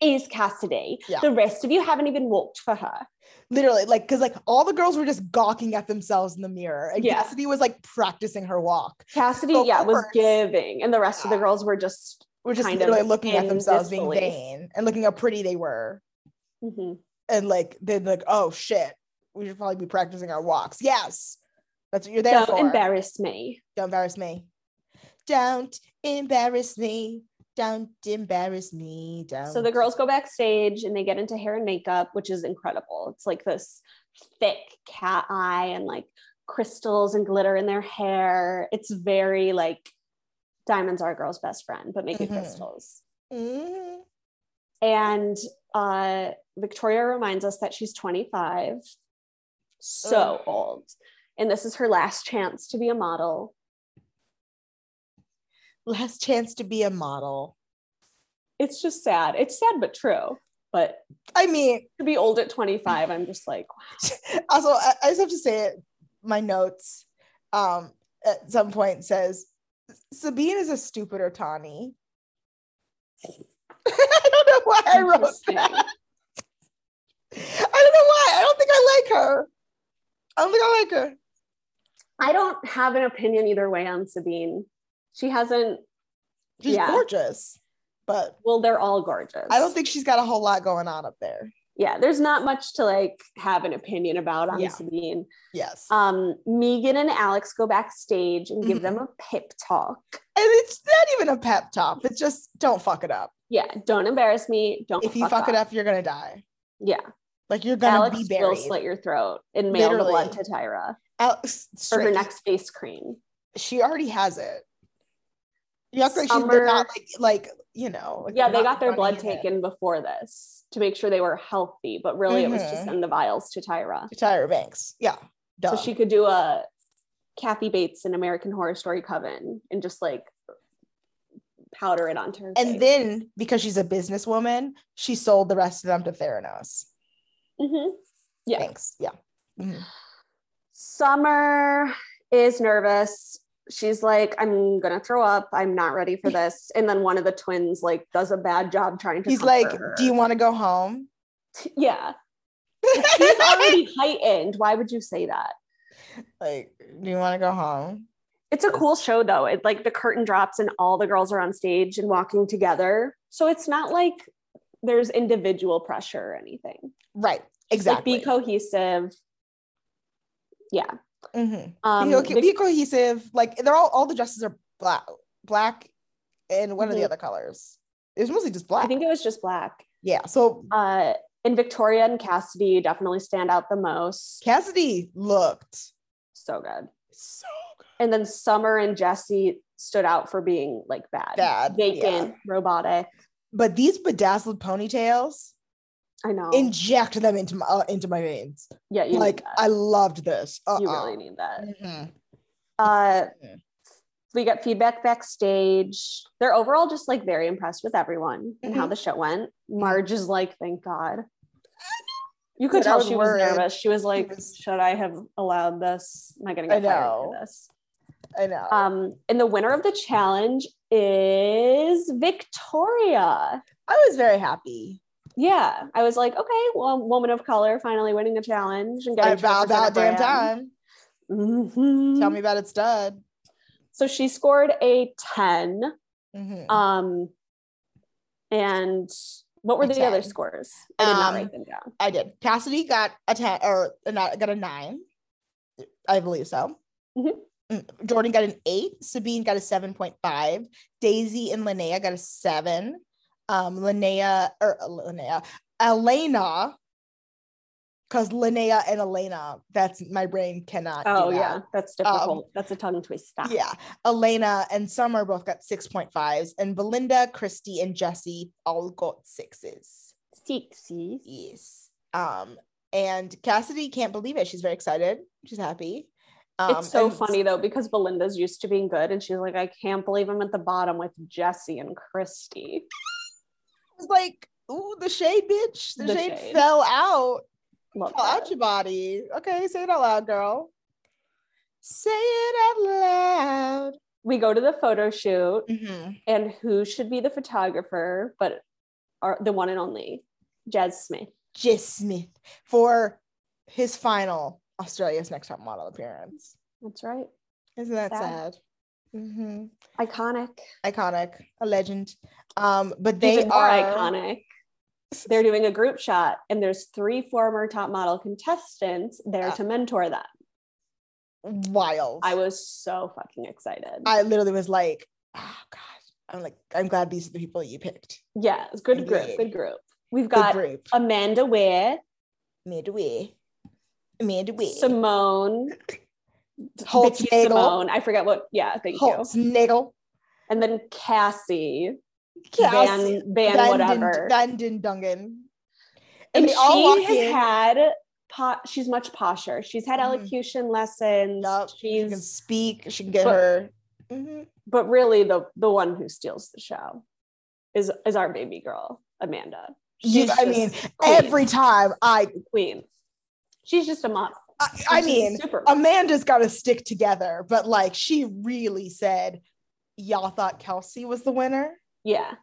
B: is Cassidy.
A: Yeah.
B: The rest of you haven't even walked for her.
A: Literally, like, because like all the girls were just gawking at themselves in the mirror, and
B: Yeah.
A: Cassidy was like practicing her walk,
B: Cassidy,
A: Go
B: yeah, was
A: first.
B: giving, and the rest of the
A: Yeah.
B: girls were just.
A: We're just
B: Kind of
A: literally looking at
B: in
A: themselves,
B: disbelief.
A: being vain, and looking how pretty they were,
B: Mhm.
A: and like they're like, oh shit, we should probably be practicing our walks. Yes, that's what you're there for.
B: Don't embarrass me.
A: Don't embarrass me. Don't embarrass me. Don't embarrass me. Don't.
B: So the girls go backstage and they get into hair and makeup, which is incredible. It's like this thick cat eye and like crystals and glitter in their hair. It's very like diamonds are a girl's best friend, but make it
A: Mhm.
B: crystals.
A: Mhm.
B: And uh, Victoria reminds us that she's 25, so
A: Ugh.
B: old. And this is her last chance to be a model.
A: last chance to be a model.
B: It's just sad. It's sad, but true. But
A: I mean,
B: to be old at 25, I'm just like,
A: also I, I just have to say it. My notes, um, at some point says Sabine is a stupider Tawny. I don't know why I wrote
B: interesting.
A: that. I don't know why. I don't think I like her. I don't think I like her.
B: I don't have an opinion either way on Sabine. She hasn't.
A: She's
B: Yeah.
A: gorgeous, but
B: Well, they're all gorgeous.
A: I don't think she's got a whole lot going on up there.
B: Yeah, there's not much to like have an opinion about on
A: Yeah.
B: Sabine.
A: Yes,
B: Um, Megan and Alex go backstage and give
A: Mm-hmm.
B: them a pip talk.
A: and it's not even a pep talk. It's just don't fuck it up.
B: Yeah, don't embarrass me. Don't.
A: If you fuck it up, you're gonna die.
B: yeah,
A: Like you're gonna
B: Alex
A: be
B: will
A: buried.
B: slit your throat and mail the
A: Literally.
B: blood to Tyra
A: Alex,
B: for her
A: straight.
B: next face cream.
A: she already has it. You act like she's they're not like like you know. like
B: Yeah,
A: they're
B: they
A: not
B: got their blood
A: running it
B: taken before this to make sure they were healthy, but really it was to
A: Mhm.
B: send the vials to Tyra.
A: to Tyra Banks. Yeah, duh.
B: So she could do a Kathy Bates in American Horror Story Coven and just like powder it onto her.
A: and then because she's a businesswoman, she sold the rest of them to Theranos.
B: hmm Yeah.
A: Thanks. Yeah. Mhm.
B: Summer is nervous. She's like, I'm gonna throw up. I'm not ready for this. And then one of the twins like does a bad job trying to.
A: He's
B: comfort
A: like,
B: her.
A: "Do you want to go home?"
B: Yeah, she's already heightened. Why would you say that?
A: like, do you want to go home?
B: It's a cool show though. It like the curtain drops and all the girls are on stage and walking together. So it's not like there's individual pressure or anything.
A: Right.
B: like,
A: Exactly.
B: be cohesive yeah
A: Mhm.
B: um
A: be, okay,
B: Vic-
A: be cohesive. Like they're all all the dresses are black, black, and what are
B: Mhm.
A: the other colors? It was mostly just black.
B: i think it was just black
A: yeah. So
B: uh and victoria and cassidy definitely stand out the most
A: Cassidy looked
B: so good
A: so
B: and then summer and jesse stood out for being like bad
A: Bad,
B: vacant robotic
A: but these bedazzled ponytails
B: i know
A: inject them into my uh, into my veins.
B: yeah Oh. you
A: like
B: need that.
A: I loved this. Uh-uh.
B: you really need that
A: Mhm.
B: uh
A: Mhm.
B: we got feedback backstage they're overall just like very impressed with everyone and
A: Mm-hmm.
B: how the show went marge is like thank god you could
A: But I
B: tell
A: was
B: she
A: worried.
B: was nervous she was like
A: was-
B: should i have allowed this am i gonna
A: I
B: get fired for
A: know.
B: this
A: I know.
B: um and the winner of the challenge is victoria
A: I was very happy.
B: yeah i was like okay well woman of color finally winning a challenge and getting
A: About that damn time.
B: hmm
A: Tell me about its stud.
B: so she scored a 10
A: Mhm.
B: Um, and what were
A: A
B: the other
A: 10.
B: scores? I did not
A: Um,
B: write them down.
A: I did. Cassidy got a ten or not got a nine. I believe so.
B: Mhm.
A: Mm, Jordan got an eight. Sabine got a seven point five. Daisy and Linnea got a seven. Um, Linnea or uh, Linnea, Elena because Linnea and Elena, that's my brain cannot.
B: Oh
A: do that. Um,
B: yeah, Ah. that's difficult. That's a tongue twister.
A: Yeah. Elena and Summer both got 6.5s, and Belinda, Christy, and Jesse all got sixes.
B: Sixes.
A: Yes. Um, and Cassidy can't believe it. She's very excited. She's happy. Um,
B: it's so
A: and-
B: funny though because Belinda's used to being good, and she's like, I can't believe I'm at the bottom with Jesse and Christy.
A: It's like, ooh, the shade, bitch. The,
B: The
A: shade,
B: shade.
A: fell out.
B: Love
A: Fell out
B: that.
A: your body. Okay, say it out loud, girl. Say it out loud.
B: We go to the photo shoot,
A: Mhm.
B: and who should be the photographer but our, the one and only Jez Smith?
A: Jess Smith for his final Australia's Next Top Model appearance.
B: That's right,
A: Isn't that sad?
B: Sad.
A: hmm
B: iconic.
A: Iconic, a legend. Um, but they
B: Even more
A: are
B: iconic. They're doing a group shot, and there's three former top model contestants there
A: Uh,
B: to mentor them.
A: wild.
B: I was so fucking excited.
A: I literally was like, oh god. I'm like, I'm glad these are the people you picked.
B: yeah, it's good
A: Indeed.
B: group, good group. We've
A: Good
B: got
A: group.
B: Amanda Ware,
A: Midway. Midway.
B: Simone,
A: Holtz
B: Vicky
A: Nagel.
B: Simone. I forget what. Yeah, thank
A: Holtz, Nagel,
B: you. And then Cassie,
A: Cassie,
B: Van, Van,
A: Van Den-
B: whatever.
A: Van Den Dungen.
B: and
A: they
B: she
A: all walk
B: has
A: in.
B: had. Po- she's much posher. She's had
A: Mhm.
B: elocution lessons.
A: Yup, She can
B: She's
A: speak. She can get
B: But-
A: her. Mhm.
B: but really the the one who steals the show is is our baby girl Amanda.
A: You-
B: She's
A: I mean,
B: just queen,
A: every time I,
B: queen. She's just a model.
A: I, I
B: She's
A: mean, um,
B: super.
A: Amanda's got to stick together, but like she really said, y'all thought Kelsey was the winner.
B: yeah,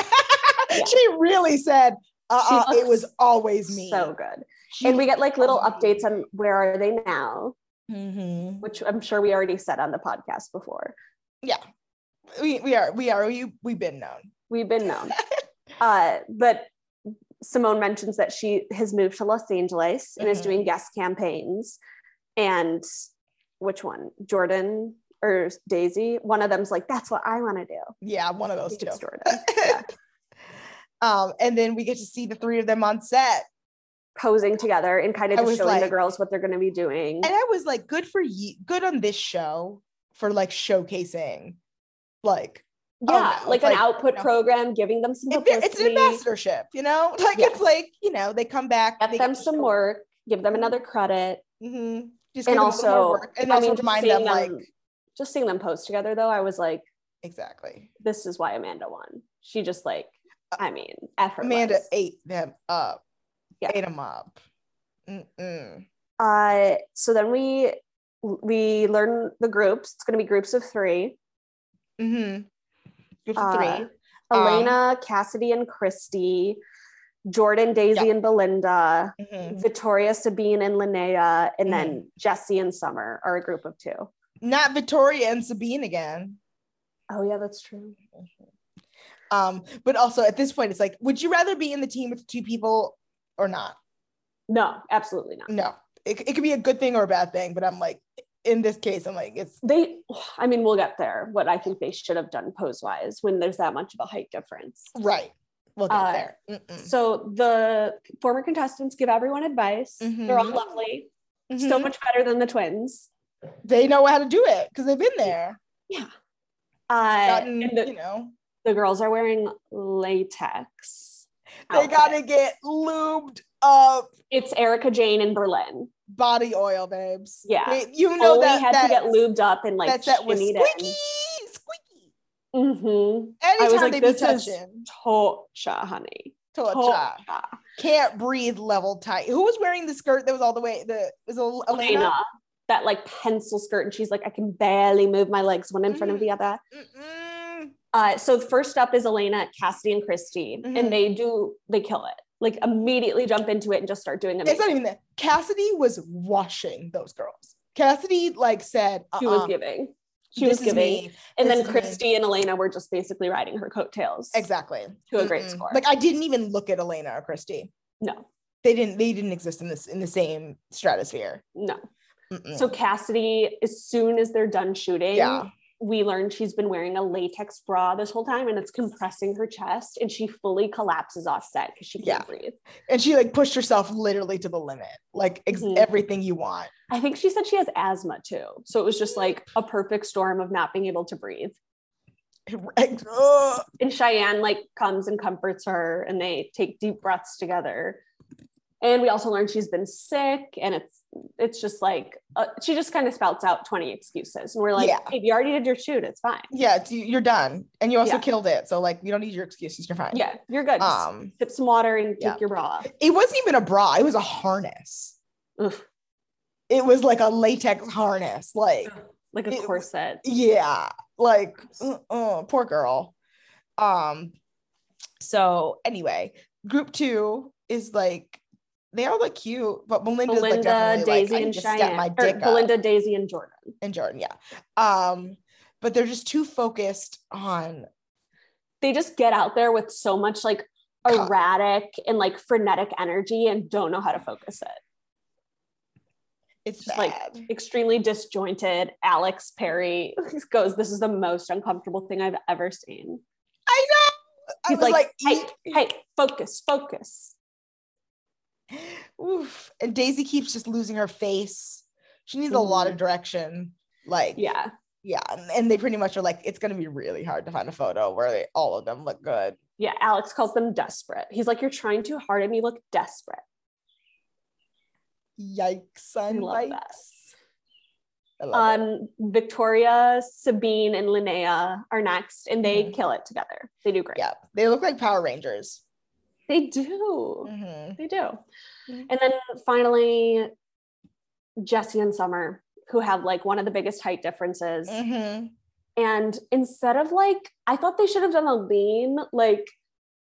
B: Yeah.
A: she really said, uh, uh
B: She
A: it was always me.
B: so good.
A: She-
B: and we get like little
A: Mhm.
B: updates on where are they now,
A: Mhm.
B: which I'm sure we already said on the podcast before.
A: yeah, we, we are, we are, we, we've been known.
B: We've been known, uh, but Simone mentions that she has moved to Los Angeles and is
A: Mhm.
B: doing guest campaigns, and which one, Jordan or Daisy? One of them's like, "That's what I want to do."
A: Yeah, one of those
B: think
A: two.
B: it's Jordan. Yeah.
A: um, and then we get to see the three of them on set.
B: Posing together and kind of
A: I
B: just
A: was
B: showing the
A: like-
B: girls what they're going to be doing.
A: And I was like, good for you, good on this show for like showcasing, like, oh,
B: yeah,
A: no,
B: like
A: it's
B: an
A: like,
B: output
A: no.
B: program, giving them some
A: it- it's an
B: publicity,
A: ambassadorship, you know? Like,
B: Yeah.
A: it's like, you know, they come back,
B: get them some
A: more.
B: work, give them another credit.
A: Mm-hmm. Just give
B: And
A: them a little more
B: also-
A: work and
B: I
A: also
B: mean, just
A: remind them,
B: seeing
A: like
B: them- Just seeing them post together, though, I was like,
A: exactly.
B: this is why Amanda won. She just like,
A: Uh,
B: I mean, effortless.
A: Amanda ate them up,
B: Yeah.
A: ate them up. Mm-mm.
B: Uh, so then we we learn the groups. It's going to be groups of three.
A: Mm-hmm. Good for
B: Uh,
A: three. Um,
B: Elena, Cassidy, and Christy, Jordan, Daisy, and Belinda.
A: Mhm.
B: Victoria, Sabine, and Linnea, and
A: Mm-hmm.
B: then Jesse and Summer are a group of two.
A: Not Victoria and Sabine again.
B: Oh yeah, that's true.
A: Um, but also at this point, it's like, would you rather be in the team with two people or not?
B: No, absolutely not.
A: No, it, it could be a good thing or a bad thing, but I'm like, in this case, I'm like, it's
B: They, I mean, we'll get there. What I think they should have done pose wise when there's that much of a height difference.
A: right. We'll get
B: Uh,
A: there. Mm-mm.
B: So the former contestants give everyone advice. They're all
A: Mhm.
B: lovely, so
A: Mhm.
B: much better than the twins.
A: they know how to do it because they've been there.
B: Uh,
A: Gotten,
B: and the,
A: you know,
B: the girls are wearing latex.
A: they
B: outfits.
A: gotta get lubed up
B: It's Erica Jane in Berlin.
A: body oil, babes.
B: Yeah.
A: Wait, you know
B: Only
A: that
B: had to
A: that's-
B: get lubed up and like
A: that's that was
B: shimmied in.
A: squeaky, squeaky.
B: Mm-hmm.
A: Anytime
B: was like,
A: they be
B: this is-
A: touching,
B: Torture, honey.
A: torture. can't breathe level tight. Who was wearing the skirt that was all the way? The was it Elena.
B: Elena, that like pencil skirt, and she's like, I can barely move my legs one in front
A: Mm.
B: of the other.
A: Mm-mm.
B: Uh, so first up is Elena, Cassidy, and Christy,
A: Mhm.
B: and they do they kill it. Like immediately jump into it and just start doing
A: It's
B: amazing.
A: not even that. Cassidy was washing those girls. Cassidy like said, uh
B: She was giving, she was
A: this is
B: giving,
A: me.
B: and
A: This
B: then
A: is me.
B: Christy and Elena were just basically riding her coattails.
A: exactly
B: To a great
A: Mm-mm.
B: score.
A: Like I didn't even look at Elena or Christy.
B: No,
A: They didn't. They didn't exist in this in the same stratosphere.
B: no.
A: Mm-mm.
B: So Cassidy, as soon as they're done shooting,
A: Yeah.
B: we learned she's been wearing a latex bra this whole time and it's compressing her chest and she fully collapses off set because she can't breathe.
A: and she like pushed herself literally to the limit, like ex-
B: Mhm.
A: everything you want.
B: I think she said she has asthma too. So it was just
A: Mm.
B: like a perfect storm of not being able to breathe.
A: Ugh.
B: And Cheyenne like comes and comforts her and they take deep breaths together. And we also learned she's been sick and it's it's just like uh, she just kind of spouts out 20 excuses and we're like,
A: Yeah.
B: "Hey, you already did your shoot, it's fine.
A: Yeah, it's- you- you're done, and you also
B: Yeah.
A: killed it. So like, you don't need your excuses. You're fine.
B: Yeah, you're good. Just
A: Um,
B: sip some water and
A: yeah.
B: take your bra off.
A: it wasn't even a bra. It was a harness.
B: Oof,
A: It was like a latex harness. Like,
B: like a
A: It-
B: corset.
A: yeah, like, uh, poor girl. Um, so anyway, group two is like they all look cute, but Melinda's like
B: Belinda,
A: definitely like,
B: Daisy,
A: I need
B: and
A: to step
B: Cheyenne.
A: my
B: Or
A: dick up.
B: Belinda, Daisy, and Jordan.
A: and Jordan, yeah. Um, but they're just too focused on
B: they just get out there with so much like
A: Cock.
B: erratic and like frenetic energy and don't know how to focus it.
A: it's
B: Just, like,
A: bad.
B: Extremely disjointed. Alex Perry goes, This is the most uncomfortable thing I've ever seen.
A: I know. I
B: He's
A: was like,
B: hey,
A: eat-
B: hey, focus, focus.
A: Oof. And Daisy keeps just losing her face. She needs a lot of direction. Like,
B: Mm. Yeah.
A: yeah. And, and they pretty much are like, it's gonna be really hard to find a photo where they, all of them look good.
B: Yeah. Alex calls them desperate. He's like, You're trying too hard and you look desperate.
A: Yikes, son.
B: I love
A: yikes.
B: that.
A: I love it.
B: Um, Victoria, Sabine, and Linnea are next, and they
A: Mhm.
B: kill it together. They do great.
A: Yeah, they look like Power Rangers.
B: They do.
A: Mhm.
B: They do.
A: Mhm.
B: And then finally, Jesse and Summer, who have like one of the biggest height differences.
A: Mhm.
B: And instead of like, I thought they should have done a lean, like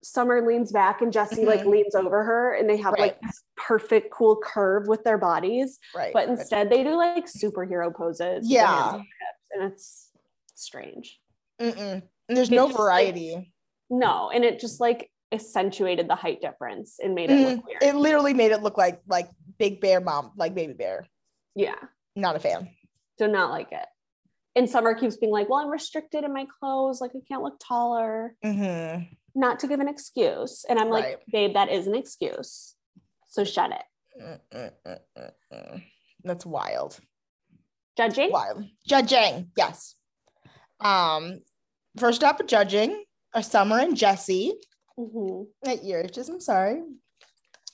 B: Summer leans back and Jesse like
A: Mhm.
B: leans over her and they have like this perfect cool curve with their bodies.
A: Right.
B: But instead, they do like superhero poses. with their
A: Yeah.
B: hands on their hips, And it's strange.
A: Mm-mm. And there's
B: They
A: no
B: just, like,
A: variety.
B: No. And it just like accentuated the height difference and made it
A: Mm,
B: look weird.
A: it literally made it look like like Big Bear Mom, like Baby Bear.
B: yeah.
A: Not a fan.
B: do not like it. And Summer keeps being like, well, I'm restricted in my clothes. Like, I can't look taller,
A: Mm-hmm.
B: not to give an excuse. And I'm like,
A: Right.
B: babe, that is an excuse. So shut it.
A: Mm-mm-mm-mm-mm. That's wild.
B: Judging?
A: Wild. Judging. Yes. Um, first up, judging are Summer and Jesse
B: Mhm.
A: at just I'm sorry.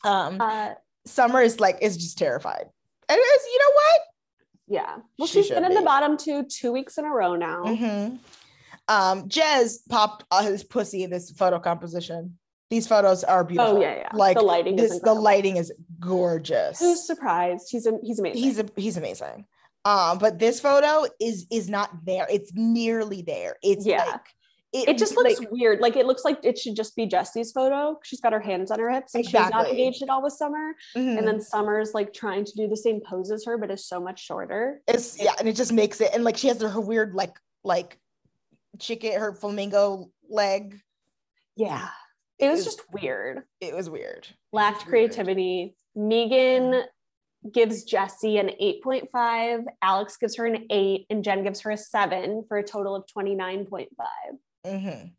A: Um,
B: Uh,
A: Summer is like is just terrified. And it is, you know what?
B: yeah. Well,
A: She
B: she's been
A: should
B: in the
A: be.
B: bottom two two weeks in a row now.
A: Mm-hmm. Um, Jez popped uh, his pussy in this photo composition. These photos are beautiful.
B: Oh, yeah. yeah.
A: Like
B: the lighting
A: this,
B: is
A: the
B: incredible.
A: lighting is gorgeous.
B: Who's surprised? He's, a, he's amazing.
A: he's a, he's amazing. Um, but this photo is is not there. It's nearly there. It's
B: Yeah.
A: like
B: it just looks
A: like,
B: weird. Like it looks like it should just be Jesse's photo. She's got her hands on her hips. and She's not
A: Exactly.
B: engaged at all with Summer.
A: mhm.
B: And then Summer's like trying to do the same pose as her, but is so much shorter.
A: it's yeah, and it just makes it and like she has her weird like like chicken her flamingo leg.
B: yeah it was
A: is-
B: just weird
A: It was weird.
B: lacked creativity megan gives jesse an 8.5 alex gives her an 8 and jen gives her a 7 for a total of 29.5
A: hmm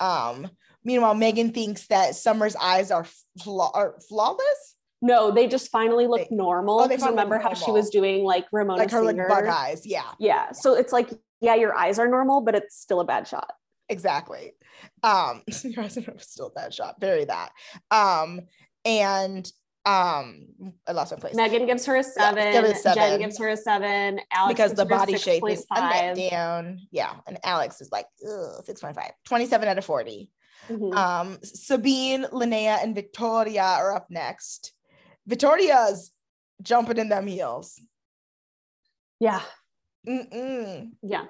A: Um. Meanwhile, Megan thinks that Summer's eyes are, flaw- are flawless,
B: no they just finally look
A: They-
B: normal
A: oh, they
B: 'cause
A: finally look
B: remember how she
A: normal.
B: was doing like ramona
A: like her like
B: Singer?
A: bug eyes. Yeah.
B: yeah so it's like yeah your eyes are normal but it's still a bad shot
A: exactly um your eyes are still that shot bury that um and um i lost my place
B: megan gives her a 7,
A: give it a
B: jen
A: seven.
B: gives her a 7 alex
A: because
B: gives
A: the
B: her a
A: body shape is a
B: 6.5.
A: bit down yeah and alex is like ugh, 6.5 27 out of 40
B: Mhm.
A: um sabine linnea and victoria are up next victoria's jumping in them heels
B: yeah
A: Mm-mm,
B: yeah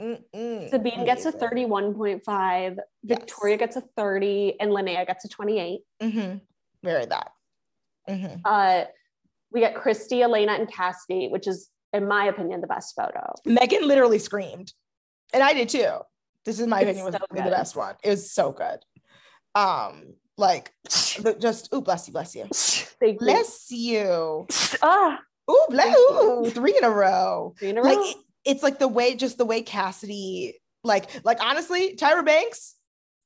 A: mm-mm.
B: Sabine gets a
A: Amazing.
B: 31.5,
A: Yes.
B: Victoria gets a 30, and Linnea gets a 28.
A: Mhm. bury that Mhm.
B: Uh, we get Christy, Elena, and Cassidy, which is, in my opinion, the best photo.
A: Megan literally screamed, and I did too. This is my
B: It's
A: opinion was
B: so
A: the
B: good.
A: best one. It was so good. Um, like the- just ooh, bless you, bless you,
B: Thank you.
A: bless you.
B: Ah,
A: Ooh, bless
B: Thank you.
A: ooh, three in a row.
B: three in a
A: Like
B: row.
A: it- it's like the way, just the way Cassidy, like, like honestly, Tyra Banks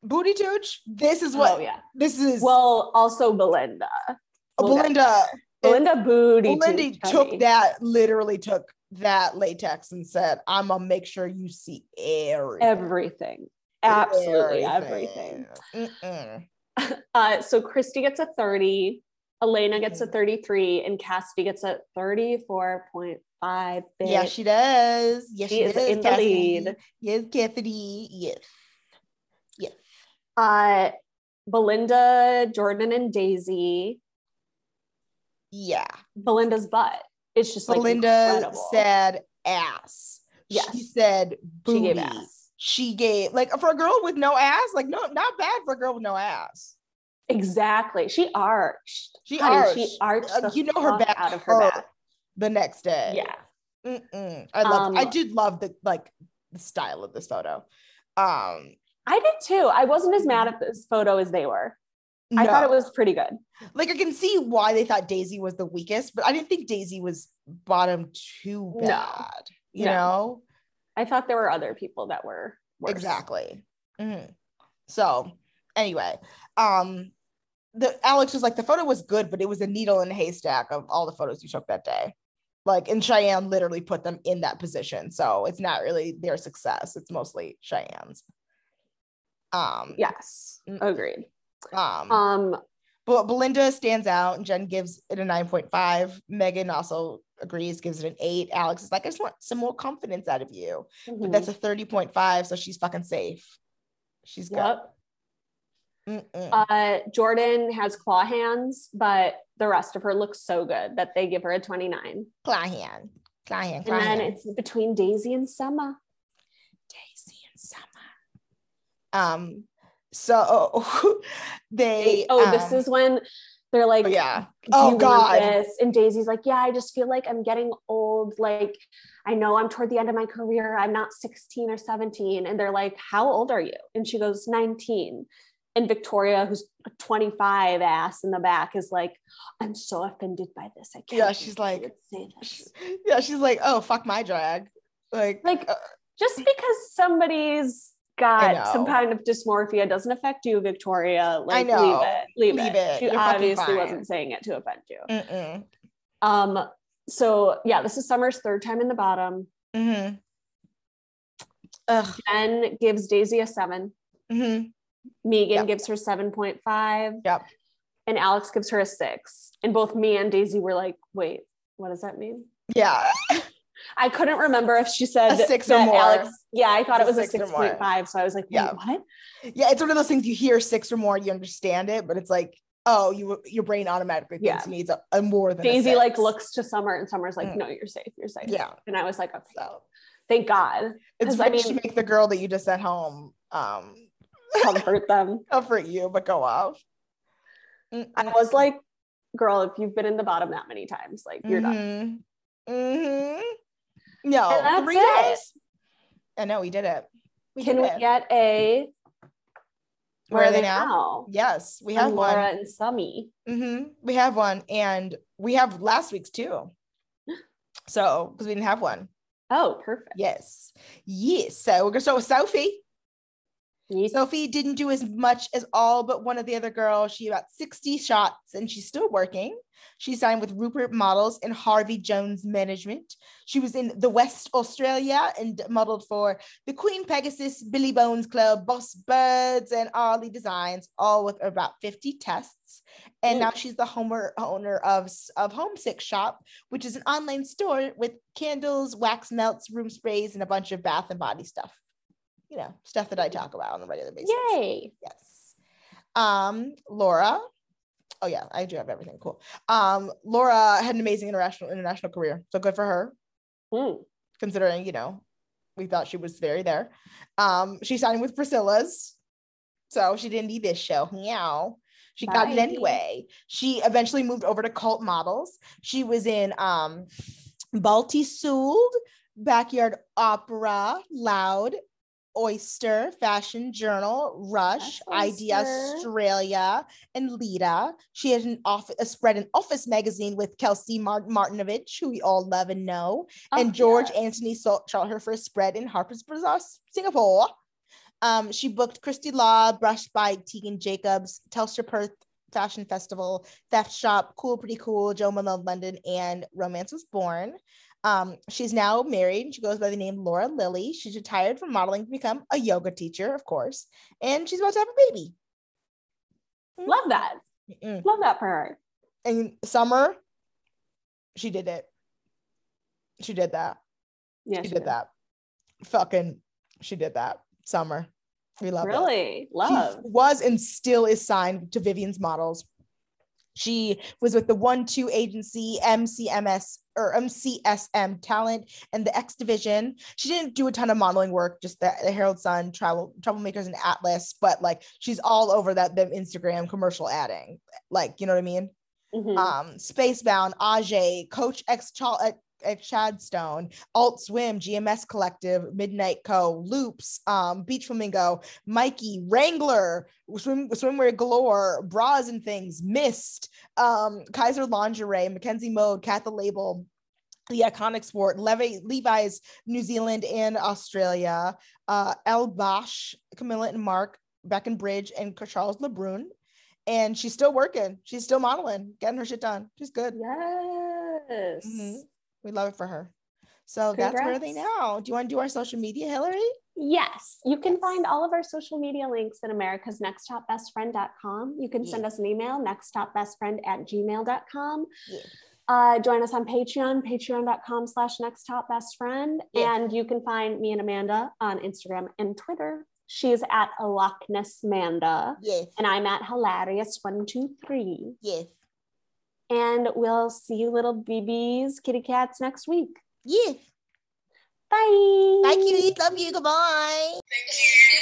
A: booty tooch. This is what
B: oh yeah.
A: this is.
B: Well, also Belinda.
A: Uh,
B: we'll get
A: Belinda.
B: Belinda booty.
A: Belinda
B: tooch, honey.
A: took that. Literally took that latex and said, "I'm gonna make sure you see everything.
B: everything. Absolutely everything.
A: Mm-mm.
B: Uh, so Christy gets a 30, Elena gets a 33, and Cassidy gets a 34.5. Bitch.
A: Yeah, she does. Yes,
B: She
A: she,
B: is
A: does,
B: in the lead.
A: Cassidy. Yes, Cassidy. Yes. Yes.
B: uh, Belinda, Jordan, and Daisy.
A: Yeah.
B: Belinda's butt. It's just like
A: Belinda
B: incredible.
A: said ass. She
B: Yes.
A: said
B: she
A: booty.
B: gave ass.
A: She gave like for a girl with no ass, like no, not bad for a girl with no ass.
B: Exactly. She arched.
A: She
B: Honey,
A: arched.
B: She arched.
A: Uh,
B: the
A: you know her
B: fuck
A: back
B: out of her
A: hurt
B: back.
A: the next day.
B: Yeah.
A: Mm-mm. I love. I
B: Um,
A: did love the like the style of this photo. Um,
B: I did too. I wasn't as mad at this photo as they were. I thought it
A: no.
B: was pretty good.
A: like I can see why they thought Daisy was the weakest, but I didn't think Daisy was bottom too
B: No.
A: bad. You
B: No.
A: know
B: I thought there were other people that were worse.
A: exactly. Mhm. So anyway, um, the Alex was like the photo was good, but it was a needle in a haystack of all the photos you took that day. Like and Cheyenne literally put them in that position, so it's not really their success. It's mostly Cheyenne's. Um,
B: Yes,
A: Mm.
B: agreed.
A: um,
B: Um,
A: But Belinda stands out, and Jen gives it a 9.5. Megan also agrees, gives it an 8. Alex is like, I just want some more confidence out of you. But
B: mhm.
A: that's a 30.5, so she's fucking safe. She's good.
B: Yep.
A: Mm-mm.
B: Uh, Jordan has claw hands, but the rest of her looks so good that they give her a 29. And
A: Clahan. Clahan,
B: then
A: Clahan.
B: it's between Daisy and Summer.
A: Daisy and Summer. Um, so they.
B: oh, this
A: um,
B: is when they're like,
A: oh, yeah.
B: "Do
A: Oh,
B: you want
A: God.
B: this?" And Daisy's like, yeah, I just feel like I'm getting old. Like, I know I'm toward the end of my career. I'm not 16 or 17. And they're like, how old are you? And she goes, 19. And Victoria, who's a 25 ass in the back, is like, I'm so offended by this. I can't.
A: Yeah,
B: believe
A: she's
B: you
A: like-
B: would say this.
A: Yeah, she's like, oh, fuck my drag. Like,
B: Like,
A: uh,
B: just because somebody's
A: know.
B: got some kind of dysmorphia doesn't affect you, Victoria. Like,
A: know.
B: leave it. Leave,
A: Leave
B: it.
A: it.
B: She
A: You're fucking
B: obviously
A: fine.
B: wasn't saying it to offend you.
A: mm-mm.
B: Um, so yeah, this is Summer's third time in the bottom.
A: Mm-hmm. Ugh.
B: Jen gives Daisy a seven.
A: Mm-hmm.
B: Megan
A: Yep.
B: gives her 7.5.
A: Yep.
B: And Alex gives her a six. And both me and Daisy were like, wait, what does that mean?
A: Yeah.
B: I couldn't remember if she said
A: A six or
B: that
A: more.
B: yeah, I thought it
A: It's
B: was
A: a
B: a
A: six or more.
B: 6.5. So I was like, wait,
A: Yeah.
B: what?
A: Yeah, it's one of those things you hear six or more, you understand it, but it's like, oh, you your brain automatically thinks
B: Yeah.
A: it needs a, a uh, more than a
B: Daisy like
A: six.
B: looks to Summer and Summer's like,
A: Mm.
B: no, you're safe. You're safe.
A: Yeah,
B: And I was like, okay,
A: so
B: thank God.
A: it's
B: 'Cause I
A: rich to
B: mean-
A: make the girl that you just sent home um
B: Comfort them.
A: comfort you, but go off. Mm,
B: I was like, girl, if you've been in the bottom that many times, like you're done.
A: mhm. Mhm. No,
B: Mm-hmm. And that's
A: three
B: it.
A: days. I know we did it. We
B: Can
A: did
B: we
A: it.
B: get a
A: Where are they now?
B: now?
A: Yes, we
B: From
A: have
B: Laura
A: one.
B: and Summy.
A: hmm We have one, and we have last week's too. So, because we didn't have one.
B: Oh, perfect.
A: Yes. Yes. So we're gonna start with Sophie.
B: Yeast-
A: Sophie didn't do as much as all but one of the other girls. She about 60 shots and she's still working. She signed with Rupert Models and Harvey Jones Management. She was in the West Australia and modeled for the Queen Pegasus, Billy Bones Club, Boss Birds, and Arlie Designs, all with about 50 tests. And now she's the homer owner of, of Homesick Shop, which is an online store with candles, wax melts, room sprays, and a bunch of bath and body stuff. You know, stuff that I talk about on a regular basis.
B: Yay.
A: Yes. Um, Laura. Oh yeah, I do have everything. Cool. Um, Laura had an amazing international international career, so good for her.
B: Mm.
A: Considering you know, we thought she was very there. Um, she signed with Priscilla's, so she didn't need this show. Meow. She got it
B: Bye.
A: anyway. She eventually moved over to Cult Models. She was in um, Balti Sould, Backyard Opera, Loud, Oyster, Fashion Journal, Rush,
B: That's
A: Idea
B: Oyster.
A: Australia, and Lita. She had an office a spread in Office Magazine with Kelsey Mar- Martinovich, who we all love and know,
B: Oh,
A: and George
B: yes.
A: Anthony Salt shot her first spread in Harper's Bazaar, Singapore. Um, she booked Christy Law, Brush by Tegan Jacobs, Telstra Perth Fashion Festival, Theft Shop, Cool Pretty Cool, Joe Malone London, and Romance Was Born. Um, she's now married. She goes by the name Laura Lilly. She's retired from modeling to become a yoga teacher, of course, and she's about to have a baby.
B: Love that.
A: Mm-mm.
B: Love that for her.
A: And Summer, she did it. She did that.
B: Yeah,
A: she did that. Fucking, she did that. Summer, we love it. She
B: Really? Love.
A: was and still is signed to Vivian's models. She was with the One Two Agency, MCMS or MCSM Talent, and the X Division. She didn't do a ton of modeling work, just the, the Herald Sun, Travel Troublemakers, and Atlas. But like, she's all over that them Instagram commercial adding. Like, you know what I mean?
B: Mhm.
A: um, Spacebound, Ajay, Coach X Chal- at, at Chadstone, Alt Swim, GMS Collective, Midnight Co, Loops, um, Beach Flamingo, Mikey, Wrangler, Swim, Swimwear Galore, Bras and Things, Mist, um, Kaiser Lingerie, Mackenzie Mode, Katha Label, the iconic sport, Leve- Levi's, New Zealand and Australia, uh, El Bosch, Camilla and Mark, Beckenbridge, and Charles LeBrun. And she's still working. She's still modeling, getting her shit done. She's good.
B: Yes.
A: Mhm. We love it for her. So that's where they
B: Congrats.
A: now. Do you want to do our social media, Hillary?
B: Yes. You can find all of our social media links at America's Next Top Best Friend.com. You can send us an email, next top best friend at gmail.com.
A: Yeah.
B: Uh, join us on Patreon, patreon.com slash next top best friend.
A: Yeah.
B: And you can find me and Amanda on Instagram and Twitter. She's at a Loch Ness Manda.
A: Yes,
B: And I'm at hilarious123.
A: yes,
B: And we'll see you little BBs, kitty cats next week.
A: yes.
B: Bye.
A: Thank you. Love you. Goodbye.
C: Thank you.